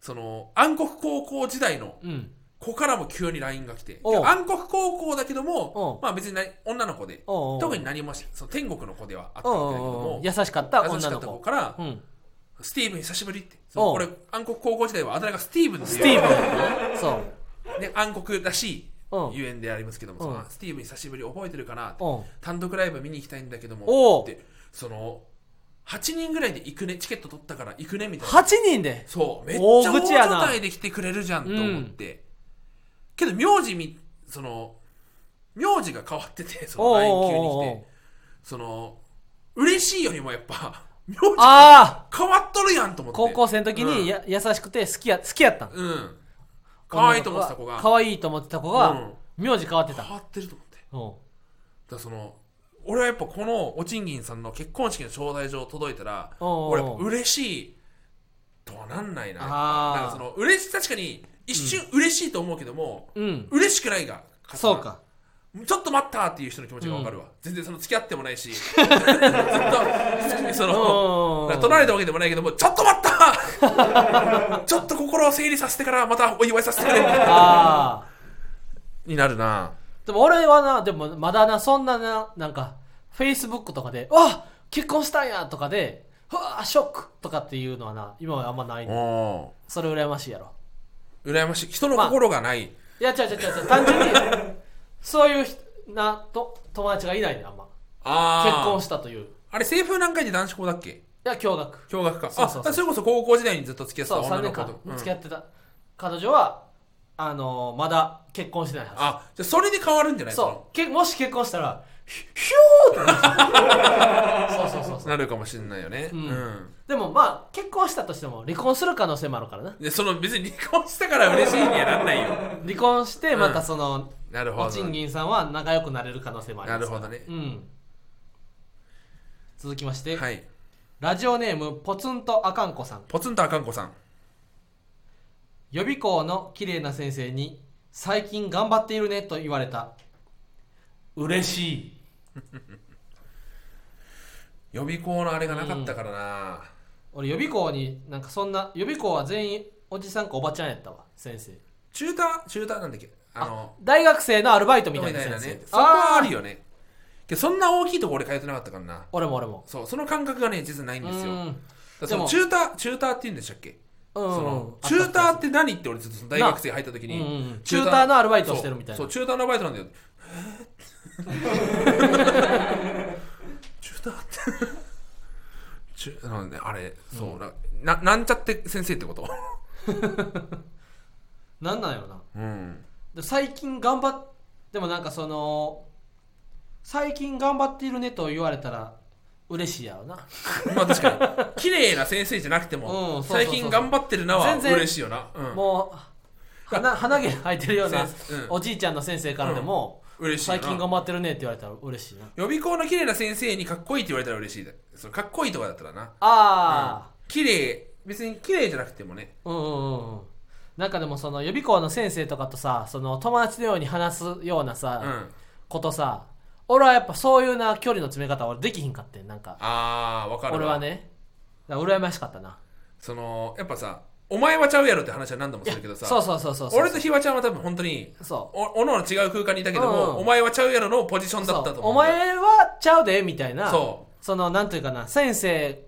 [SPEAKER 2] その暗黒高校時代の
[SPEAKER 1] うん
[SPEAKER 2] 子からも急に LINE が来て
[SPEAKER 1] おう
[SPEAKER 2] 暗黒高校だけども
[SPEAKER 1] おう
[SPEAKER 2] まあ別にな女の子で
[SPEAKER 1] おうおう
[SPEAKER 2] 特に何もしその天国の子ではあった
[SPEAKER 1] うん
[SPEAKER 2] わけだけど
[SPEAKER 1] うんう
[SPEAKER 2] も
[SPEAKER 1] ん優しかった
[SPEAKER 2] 優し
[SPEAKER 1] 女
[SPEAKER 2] か
[SPEAKER 1] の
[SPEAKER 2] った子
[SPEAKER 1] 子
[SPEAKER 2] から
[SPEAKER 1] うん
[SPEAKER 2] 「スティーブン久しぶり」ってそ
[SPEAKER 1] お
[SPEAKER 2] の
[SPEAKER 1] う
[SPEAKER 2] 俺暗黒高校時代はあだ名がスティーブンス
[SPEAKER 1] スティーブンそう
[SPEAKER 2] で暗黒らしい
[SPEAKER 1] うん
[SPEAKER 2] ゆえんでありますけども、
[SPEAKER 1] うん
[SPEAKER 2] そのスティーブン久しぶり覚えてるかなって
[SPEAKER 1] うん
[SPEAKER 2] 単独ライブ見に行きたいんだけど
[SPEAKER 1] お
[SPEAKER 2] も
[SPEAKER 1] う
[SPEAKER 2] ってその8人ぐらいで行くねチケット取ったから行くねみたいな
[SPEAKER 1] 8人で
[SPEAKER 2] そうめっちゃ
[SPEAKER 1] 大
[SPEAKER 2] 大
[SPEAKER 1] 口
[SPEAKER 2] 所
[SPEAKER 1] やな
[SPEAKER 2] 帯で来てくれるじゃんと思って、けど名字みその名字が変わっててその
[SPEAKER 1] おうおう
[SPEAKER 2] LINE 級に
[SPEAKER 1] おうお
[SPEAKER 2] 来
[SPEAKER 1] う
[SPEAKER 2] てその嬉しいよりもやっぱ 名字
[SPEAKER 1] ああ
[SPEAKER 2] 変わっとるやんと思って
[SPEAKER 1] 高校生の時
[SPEAKER 2] うん
[SPEAKER 1] にや優しくて好きや好きやったん
[SPEAKER 2] うん可愛いと思ってた子が
[SPEAKER 1] 可愛いと思ってた子が名字変わって
[SPEAKER 2] 変
[SPEAKER 1] た
[SPEAKER 2] わってると思って
[SPEAKER 1] うん
[SPEAKER 2] だからその俺はやっぱこのおちんぎんさんの結婚式の招待状届いたら
[SPEAKER 1] おうおう
[SPEAKER 2] 俺やっぱ嬉しいとはなんないな
[SPEAKER 1] あー
[SPEAKER 2] なんかその嬉し確かに一瞬嬉しいと思うけども、
[SPEAKER 1] うん
[SPEAKER 2] 嬉しくないが勝つな
[SPEAKER 1] そうか
[SPEAKER 2] ちょっと待ったっていう人の気持ちが分かるわ、全然その付き合ってもな いしずっとそ
[SPEAKER 1] うん
[SPEAKER 2] の取られたわけでもないけどもちょっと待った ちょっと心を整理させてからまたお祝いさせてくれみたいな
[SPEAKER 1] ああ
[SPEAKER 2] になるな
[SPEAKER 1] でも俺はな、でもまだな、そんなな、なんか、Facebook とかで、あ結婚したんやとかで、うわあショックとかっていうのはな、今はあんまないね。
[SPEAKER 2] お
[SPEAKER 1] それ羨ましいやろ。
[SPEAKER 2] ー羨ましい人の心がない、
[SPEAKER 1] いや、違う違う違う違う、単純に、 そういうひなと友達がいないね、あんま。
[SPEAKER 2] あ
[SPEAKER 1] 結
[SPEAKER 2] あ
[SPEAKER 1] 婚したという。い
[SPEAKER 2] あれ、制風何回で男子校だっけ
[SPEAKER 1] や、驚愕。
[SPEAKER 2] 共学か。
[SPEAKER 1] そうそうそう
[SPEAKER 2] あ、だからそれこそ高校時代にずっと付き合
[SPEAKER 1] そう、
[SPEAKER 2] ってた
[SPEAKER 1] 3
[SPEAKER 2] 女の
[SPEAKER 1] 年
[SPEAKER 2] 子
[SPEAKER 1] 間
[SPEAKER 2] と。うん
[SPEAKER 1] 付き合ってた。彼女は、あのーまだ結婚してないは
[SPEAKER 2] あ、じゃあそれで変わるんじゃな
[SPEAKER 1] ず。
[SPEAKER 2] い
[SPEAKER 1] そう、けもし結婚したら、ひひゅーってなる そうそうそうそう
[SPEAKER 2] そ。のなるかもしれないよね。うんん。
[SPEAKER 1] でもまあ結婚したとしても離婚する可能性もあるからな
[SPEAKER 2] で、その別に離婚したから嬉しいにはなんないよ。
[SPEAKER 1] 離婚してまたその、
[SPEAKER 2] なるほ
[SPEAKER 1] お
[SPEAKER 2] ど
[SPEAKER 1] ち。んぎんさんは仲良くなれる可能性もあり
[SPEAKER 2] な
[SPEAKER 1] ます
[SPEAKER 2] るほどね
[SPEAKER 1] う。ん続きまして、
[SPEAKER 2] はい。
[SPEAKER 1] ラジオネームポツンとあかんこさん
[SPEAKER 2] ポツンとあかんこさん。
[SPEAKER 1] 予備校の綺麗な先生に最近頑張っているねと言われた嬉しい
[SPEAKER 2] 予備校のあれがなかったからな。
[SPEAKER 1] 俺予備校になんかそんな予備校は全員おじさんかおばちゃんやったわ先生
[SPEAKER 2] チューター、チューターなんだっけあの、
[SPEAKER 1] 大学生のアルバイトみ
[SPEAKER 2] み
[SPEAKER 1] た
[SPEAKER 2] た
[SPEAKER 1] い
[SPEAKER 2] い
[SPEAKER 1] な先
[SPEAKER 2] な
[SPEAKER 1] 生
[SPEAKER 2] ね。そこはある
[SPEAKER 1] よ
[SPEAKER 2] よね。けどそんな大きいとこ俺通ってなかったからな。
[SPEAKER 1] 俺も俺も
[SPEAKER 2] そう、その感覚がね、実はないんですよ。だ
[SPEAKER 1] ん
[SPEAKER 2] からそ
[SPEAKER 1] で
[SPEAKER 2] の
[SPEAKER 1] も
[SPEAKER 2] チューター、チューターって言うんでしたっけ
[SPEAKER 1] うんうん
[SPEAKER 2] そのチ
[SPEAKER 1] あ
[SPEAKER 2] ュ
[SPEAKER 1] ったあ
[SPEAKER 2] ー
[SPEAKER 1] った
[SPEAKER 2] ターって何って俺ずっとその大学生入った時に、
[SPEAKER 1] なうんうんチューターのアルバイトをしてるみたいな
[SPEAKER 2] そうそうチューターのアルバイトなんだよチューターってチューなんであれそう、なななんちゃって先生ってこと
[SPEAKER 1] なんなんやろな
[SPEAKER 2] うん
[SPEAKER 1] で最近頑張っでもなんかその最近頑張っているねと言われたら嬉しいやろな
[SPEAKER 2] まあ確かに綺麗な先生じゃなくても、
[SPEAKER 1] うんそうそうそう
[SPEAKER 2] 最近頑張ってるなは
[SPEAKER 1] 全然
[SPEAKER 2] 嬉しいよな、うん、
[SPEAKER 1] もう鼻鼻毛生えてるような
[SPEAKER 2] 先うん
[SPEAKER 1] おじいちゃんの先生からでも
[SPEAKER 2] 嬉しいよ
[SPEAKER 1] 最
[SPEAKER 2] な
[SPEAKER 1] 近頑張ってるねって言われたら嬉しいな
[SPEAKER 2] 予備校の綺麗な先生にかっこいいって言われたら嬉しいだそのかっこいいとかだったらな
[SPEAKER 1] あ
[SPEAKER 2] 綺麗別に綺麗じゃなくてもね
[SPEAKER 1] あうんうんうんうんなんかでもその予備校の先生とかとさその友達のように話すような
[SPEAKER 2] う
[SPEAKER 1] さ、
[SPEAKER 2] んあ
[SPEAKER 1] ことさ俺はやっぱそういうな距離の詰め方は俺できひんかってんなんか
[SPEAKER 2] あーわかるわ
[SPEAKER 1] 俺はねだから羨ましかったな
[SPEAKER 2] そのやっぱさお前はちゃうやろって話は何度もするけどさ
[SPEAKER 1] そうそうそうそうそう
[SPEAKER 2] 俺とひわちゃんは多分本当に
[SPEAKER 1] そう
[SPEAKER 2] おおのおの違う空間にいたけども、
[SPEAKER 1] うん
[SPEAKER 2] お前はちゃうやろのポジションだったと思う
[SPEAKER 1] そうお前はちゃうでみたいな
[SPEAKER 2] そ
[SPEAKER 1] のなんというかな先生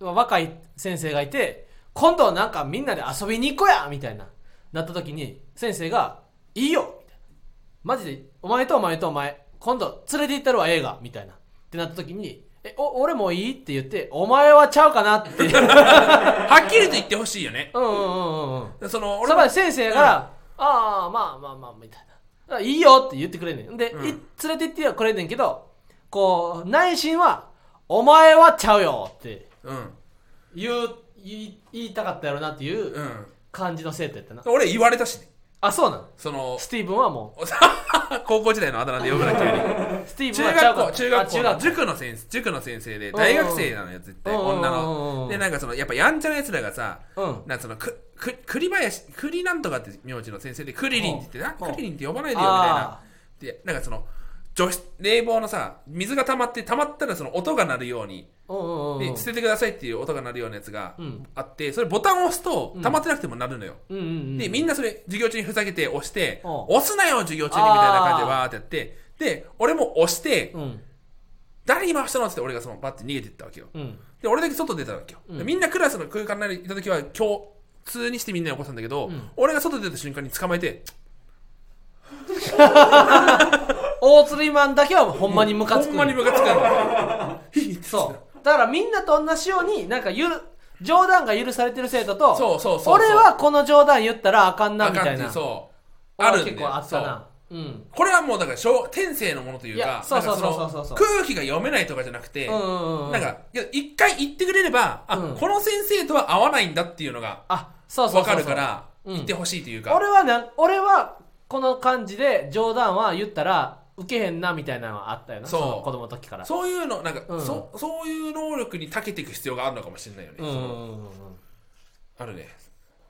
[SPEAKER 1] 若い先生がいて今度なんかみんなで遊びに行こうやみたいななった時に先生が「いいよ」みたいな「マジでお前とお前とお前今度連れて行ったるわ映画」みたいなってなった時に「えお俺もいいって言ってお前はちゃうかなってうん
[SPEAKER 2] はっきりと言ってほしいよね。
[SPEAKER 1] うんうんうんうん
[SPEAKER 2] その、
[SPEAKER 1] そ
[SPEAKER 2] 俺
[SPEAKER 1] ば
[SPEAKER 2] も
[SPEAKER 1] で先生やから、ああまあまあまあみたいなあいいよって言ってくれんねんで、
[SPEAKER 2] う
[SPEAKER 1] い
[SPEAKER 2] ん
[SPEAKER 1] 連れてってはくれんねんけどこう内心はお前はちゃうよって
[SPEAKER 2] うん。
[SPEAKER 1] 言う言い言いたかったやろなっていう
[SPEAKER 2] うん。
[SPEAKER 1] 感じの生徒やったな、
[SPEAKER 2] 俺言われたしね。
[SPEAKER 1] あそうなの
[SPEAKER 2] その、
[SPEAKER 1] スティーブンはも
[SPEAKER 2] 高校時代のあだ名で呼ぶな、急に。
[SPEAKER 1] うスティーブン
[SPEAKER 2] 中
[SPEAKER 1] はちゃうか
[SPEAKER 2] 学校、
[SPEAKER 1] ら
[SPEAKER 2] 中学校
[SPEAKER 1] あ
[SPEAKER 2] の
[SPEAKER 1] 中学校
[SPEAKER 2] 塾の先生、塾の先生で、
[SPEAKER 1] うん
[SPEAKER 2] 大学生なのよ、絶対、
[SPEAKER 1] うん
[SPEAKER 2] 女
[SPEAKER 1] う
[SPEAKER 2] の。
[SPEAKER 1] ん
[SPEAKER 2] で、なんかその、やっぱやんちゃな奴らがさ、
[SPEAKER 1] うん
[SPEAKER 2] なんかその、く、く、栗林、栗なんとかって名字の先生で、クリリンって言って、
[SPEAKER 1] うん
[SPEAKER 2] な、クリリンって呼ばないでよ、みたいな
[SPEAKER 1] あ。
[SPEAKER 2] で、なんかその、除湿、冷房のさ、水が溜まって、溜まったらその音が鳴るように、
[SPEAKER 1] ーうんうんうんうん
[SPEAKER 2] で、捨ててくださいっていう音が鳴るようなやつが
[SPEAKER 1] うん
[SPEAKER 2] あって、それボタンを押すと
[SPEAKER 1] う、ん
[SPEAKER 2] 溜まってなくても鳴るのよ。
[SPEAKER 1] うんうんうん
[SPEAKER 2] で、みんなそれ、授業中にふざけて押して、
[SPEAKER 1] うん
[SPEAKER 2] 押すなよ、授業中にみたいな感じでわーってやって、で、俺も押して
[SPEAKER 1] う、ん
[SPEAKER 2] 誰に回したのって言って俺がそのバッて逃げてったわけよ。
[SPEAKER 1] うん
[SPEAKER 2] で、俺だけ外出たわけよ。で
[SPEAKER 1] うん
[SPEAKER 2] みんなクラスの空間にいた時は、共通にしてみんなに起こしたんだけど、
[SPEAKER 1] うん
[SPEAKER 2] 俺が外出た瞬間に捕まえて、
[SPEAKER 1] 大釣りマンだけはほんまにムカつく
[SPEAKER 2] ほんまにムカつくの。
[SPEAKER 1] そうだからみんなと同じようになんかゆる冗談が許されてる生徒と
[SPEAKER 2] そうそうそうそう
[SPEAKER 1] 俺はこの冗談言ったらあかんな
[SPEAKER 2] あ
[SPEAKER 1] みた
[SPEAKER 2] かん
[SPEAKER 1] い
[SPEAKER 2] って、
[SPEAKER 1] な
[SPEAKER 2] そう。
[SPEAKER 1] 俺
[SPEAKER 2] あ
[SPEAKER 1] は
[SPEAKER 2] るんだよ
[SPEAKER 1] 結構あった
[SPEAKER 2] そう
[SPEAKER 1] なうん
[SPEAKER 2] これはもうだから小天性のものという
[SPEAKER 1] い
[SPEAKER 2] か
[SPEAKER 1] やそうそうそうそうそう
[SPEAKER 2] なんかの空気が読めないとかじゃなくて、
[SPEAKER 1] うんうんうん
[SPEAKER 2] なんかいや一回言ってくれればあ、
[SPEAKER 1] うん
[SPEAKER 2] この先生とは合わないんだっていうのが
[SPEAKER 1] あそうそう
[SPEAKER 2] 分
[SPEAKER 1] そう
[SPEAKER 2] か
[SPEAKER 1] そう
[SPEAKER 2] るから
[SPEAKER 1] うん
[SPEAKER 2] 言ってほしいというか、
[SPEAKER 1] 俺はな俺はこの感じで冗談は言ったら受けへんなみたいなのはあったよな
[SPEAKER 2] そう
[SPEAKER 1] の子供の時から
[SPEAKER 2] そういうのなんか、
[SPEAKER 1] うん
[SPEAKER 2] そそういう能力に長けていく必要があるのかもしれないよね、
[SPEAKER 1] うんうん
[SPEAKER 2] そのあるね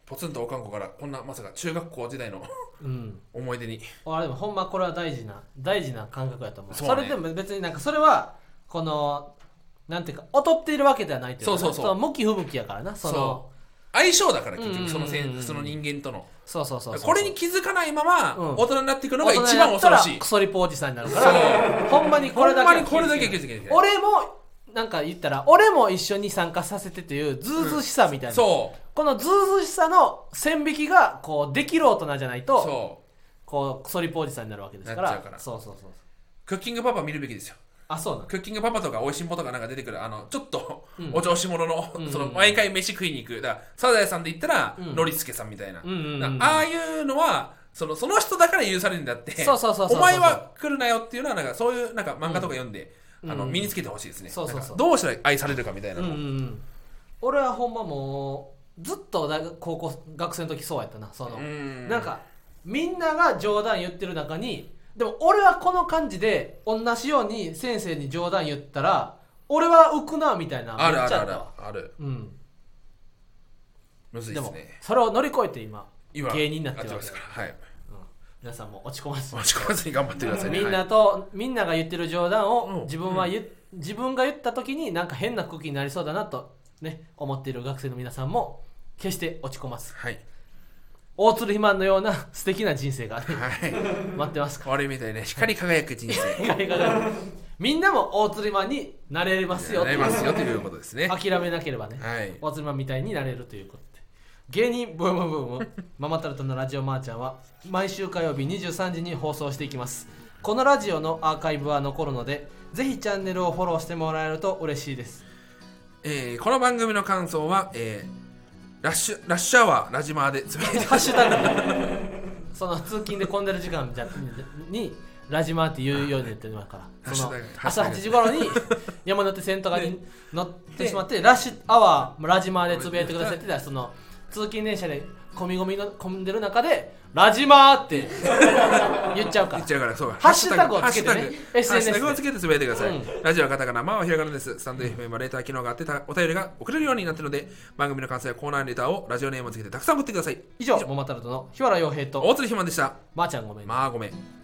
[SPEAKER 2] ポツンとおかんこからこんなまさか中学校時代 の
[SPEAKER 1] うんうんうん
[SPEAKER 2] 思い出に
[SPEAKER 1] あでもほんまこれは大事な大事な感覚やと思うそ
[SPEAKER 2] そうね
[SPEAKER 1] れでも別になんかそれはこのなんていうか劣っているわけではないというかな
[SPEAKER 2] そうそうそう
[SPEAKER 1] の向き不向きやからなその
[SPEAKER 2] 相性だから結
[SPEAKER 1] うんうんうんう
[SPEAKER 2] 局
[SPEAKER 1] ん
[SPEAKER 2] その,、その人間との
[SPEAKER 1] そうそうそうそう
[SPEAKER 2] これに気づかないまま、
[SPEAKER 1] うん
[SPEAKER 2] 大人になっていくの
[SPEAKER 1] 大
[SPEAKER 2] が
[SPEAKER 1] 人
[SPEAKER 2] 一
[SPEAKER 1] にな
[SPEAKER 2] 番
[SPEAKER 1] った
[SPEAKER 2] 恐ろ
[SPEAKER 1] ら
[SPEAKER 2] しい
[SPEAKER 1] クソリポおじさんになるからほんまにこれだけ
[SPEAKER 2] ほんまにこれだけ気づけない
[SPEAKER 1] 俺もなんか言ったら俺も一緒に参加させてというズうずしさみたいな、
[SPEAKER 2] そう
[SPEAKER 1] このズうずしさの線引きがこうできる大人じゃないと
[SPEAKER 2] そう
[SPEAKER 1] こうクソリポおじさんになるわけですから
[SPEAKER 2] なっちゃうから
[SPEAKER 1] そうそうそう
[SPEAKER 2] クッキングパパ見るべきですよ
[SPEAKER 1] あそうなの
[SPEAKER 2] クッキングパパとかおいしんぼとかなんか出てくるあのちょっと
[SPEAKER 1] うん
[SPEAKER 2] お調子者の、
[SPEAKER 1] うんうん
[SPEAKER 2] その毎回飯食いに行くだからサザエさんで言ったら、
[SPEAKER 1] うん
[SPEAKER 2] ノリスケさんみたいな、
[SPEAKER 1] うんうんうん
[SPEAKER 2] だからああいうのはそのその人だから許されるんだって
[SPEAKER 1] そうそうそうそうそう
[SPEAKER 2] お前は来るなよっていうのはなんかそういうなんか漫画とか読んで、
[SPEAKER 1] うん
[SPEAKER 2] あの
[SPEAKER 1] うん
[SPEAKER 2] 身につけてほしいですね、
[SPEAKER 1] そうそうそう
[SPEAKER 2] なんかどうしたら愛されるかみたいな
[SPEAKER 1] うん
[SPEAKER 2] の、
[SPEAKER 1] うんうん俺はほんまもうずっと大学高校学生の時そうやったなその、
[SPEAKER 2] うん
[SPEAKER 1] なんかみんなが冗談言ってる中にでも俺はこの感じで同じように先生に冗談言ったら俺は浮くなみたいな
[SPEAKER 2] ある
[SPEAKER 1] め
[SPEAKER 2] あ
[SPEAKER 1] っち
[SPEAKER 2] る
[SPEAKER 1] ゃ
[SPEAKER 2] あ
[SPEAKER 1] った
[SPEAKER 2] る
[SPEAKER 1] わ
[SPEAKER 2] ある
[SPEAKER 1] うん
[SPEAKER 2] むずい
[SPEAKER 1] で
[SPEAKER 2] です
[SPEAKER 1] も
[SPEAKER 2] ね
[SPEAKER 1] それを乗り越えて今
[SPEAKER 2] 今
[SPEAKER 1] 芸人になってる
[SPEAKER 2] あ
[SPEAKER 1] わ
[SPEAKER 2] ま
[SPEAKER 1] け
[SPEAKER 2] す
[SPEAKER 1] だ
[SPEAKER 2] か
[SPEAKER 1] から
[SPEAKER 2] はい
[SPEAKER 1] ら、うん皆さんも落ち込まず
[SPEAKER 2] 落ち込まずに頑張ってくださいね
[SPEAKER 1] みん
[SPEAKER 2] は
[SPEAKER 1] ないとみんなが言ってる冗談
[SPEAKER 2] うん
[SPEAKER 1] を自分は言っ自分が言った時になんか変な空気になりそうだなとね思っている学生の皆さんも決して落ち込まず
[SPEAKER 2] はい、
[SPEAKER 1] 大鶴肥満のような素敵な人生がね
[SPEAKER 2] はい
[SPEAKER 1] 待ってますから
[SPEAKER 2] 悪いみたいね光り輝く人生
[SPEAKER 1] みんなも大釣りマンになれますよ
[SPEAKER 2] なりますよということですねは
[SPEAKER 1] 諦めなければね、
[SPEAKER 2] い
[SPEAKER 1] 大釣りマンみたいになれるということで芸人ブームブームママタルトのラジオマーちゃんは毎週火曜日23時に放送していきますこのラジオのアーカイブは残るのでぜひチャンネルをフォローしてもらえると嬉しいです
[SPEAKER 2] えーこの番組の感想は、えーラッシュラッシュアワーラジマーでつぶやいて
[SPEAKER 1] ハッシュタグその通勤で混んでる時間じゃにラジマーって言うように言ってるからその
[SPEAKER 2] ハッシュ
[SPEAKER 1] 朝
[SPEAKER 2] タグ
[SPEAKER 1] 8時頃に山手線とかに乗ってしまってラッシュアワーラジマーでつぶやいてくださいって言ったらその通勤電車で混み込みの混んでる中でラジマーって言っちゃうか
[SPEAKER 2] 言
[SPEAKER 1] ら
[SPEAKER 2] っちゃうからそうか
[SPEAKER 1] ハッシュタグを
[SPEAKER 2] ハッシュタグ
[SPEAKER 1] つけてね
[SPEAKER 2] ハッシュタグ
[SPEAKER 1] SNS
[SPEAKER 2] ハッシュタグをつけてつぶやいてください、
[SPEAKER 1] う
[SPEAKER 2] ラジオはカタカナマンはひらがなですスタンド FM はレーター機能があってたお便りが送れるようになってるので番組の感想やコーナーレターをラジオネームをつけてたくさん送ってください
[SPEAKER 1] 以上モマタルトの日原洋平と
[SPEAKER 2] 大鶴ひまんでした
[SPEAKER 1] まーちゃんごめんね
[SPEAKER 2] まあごめん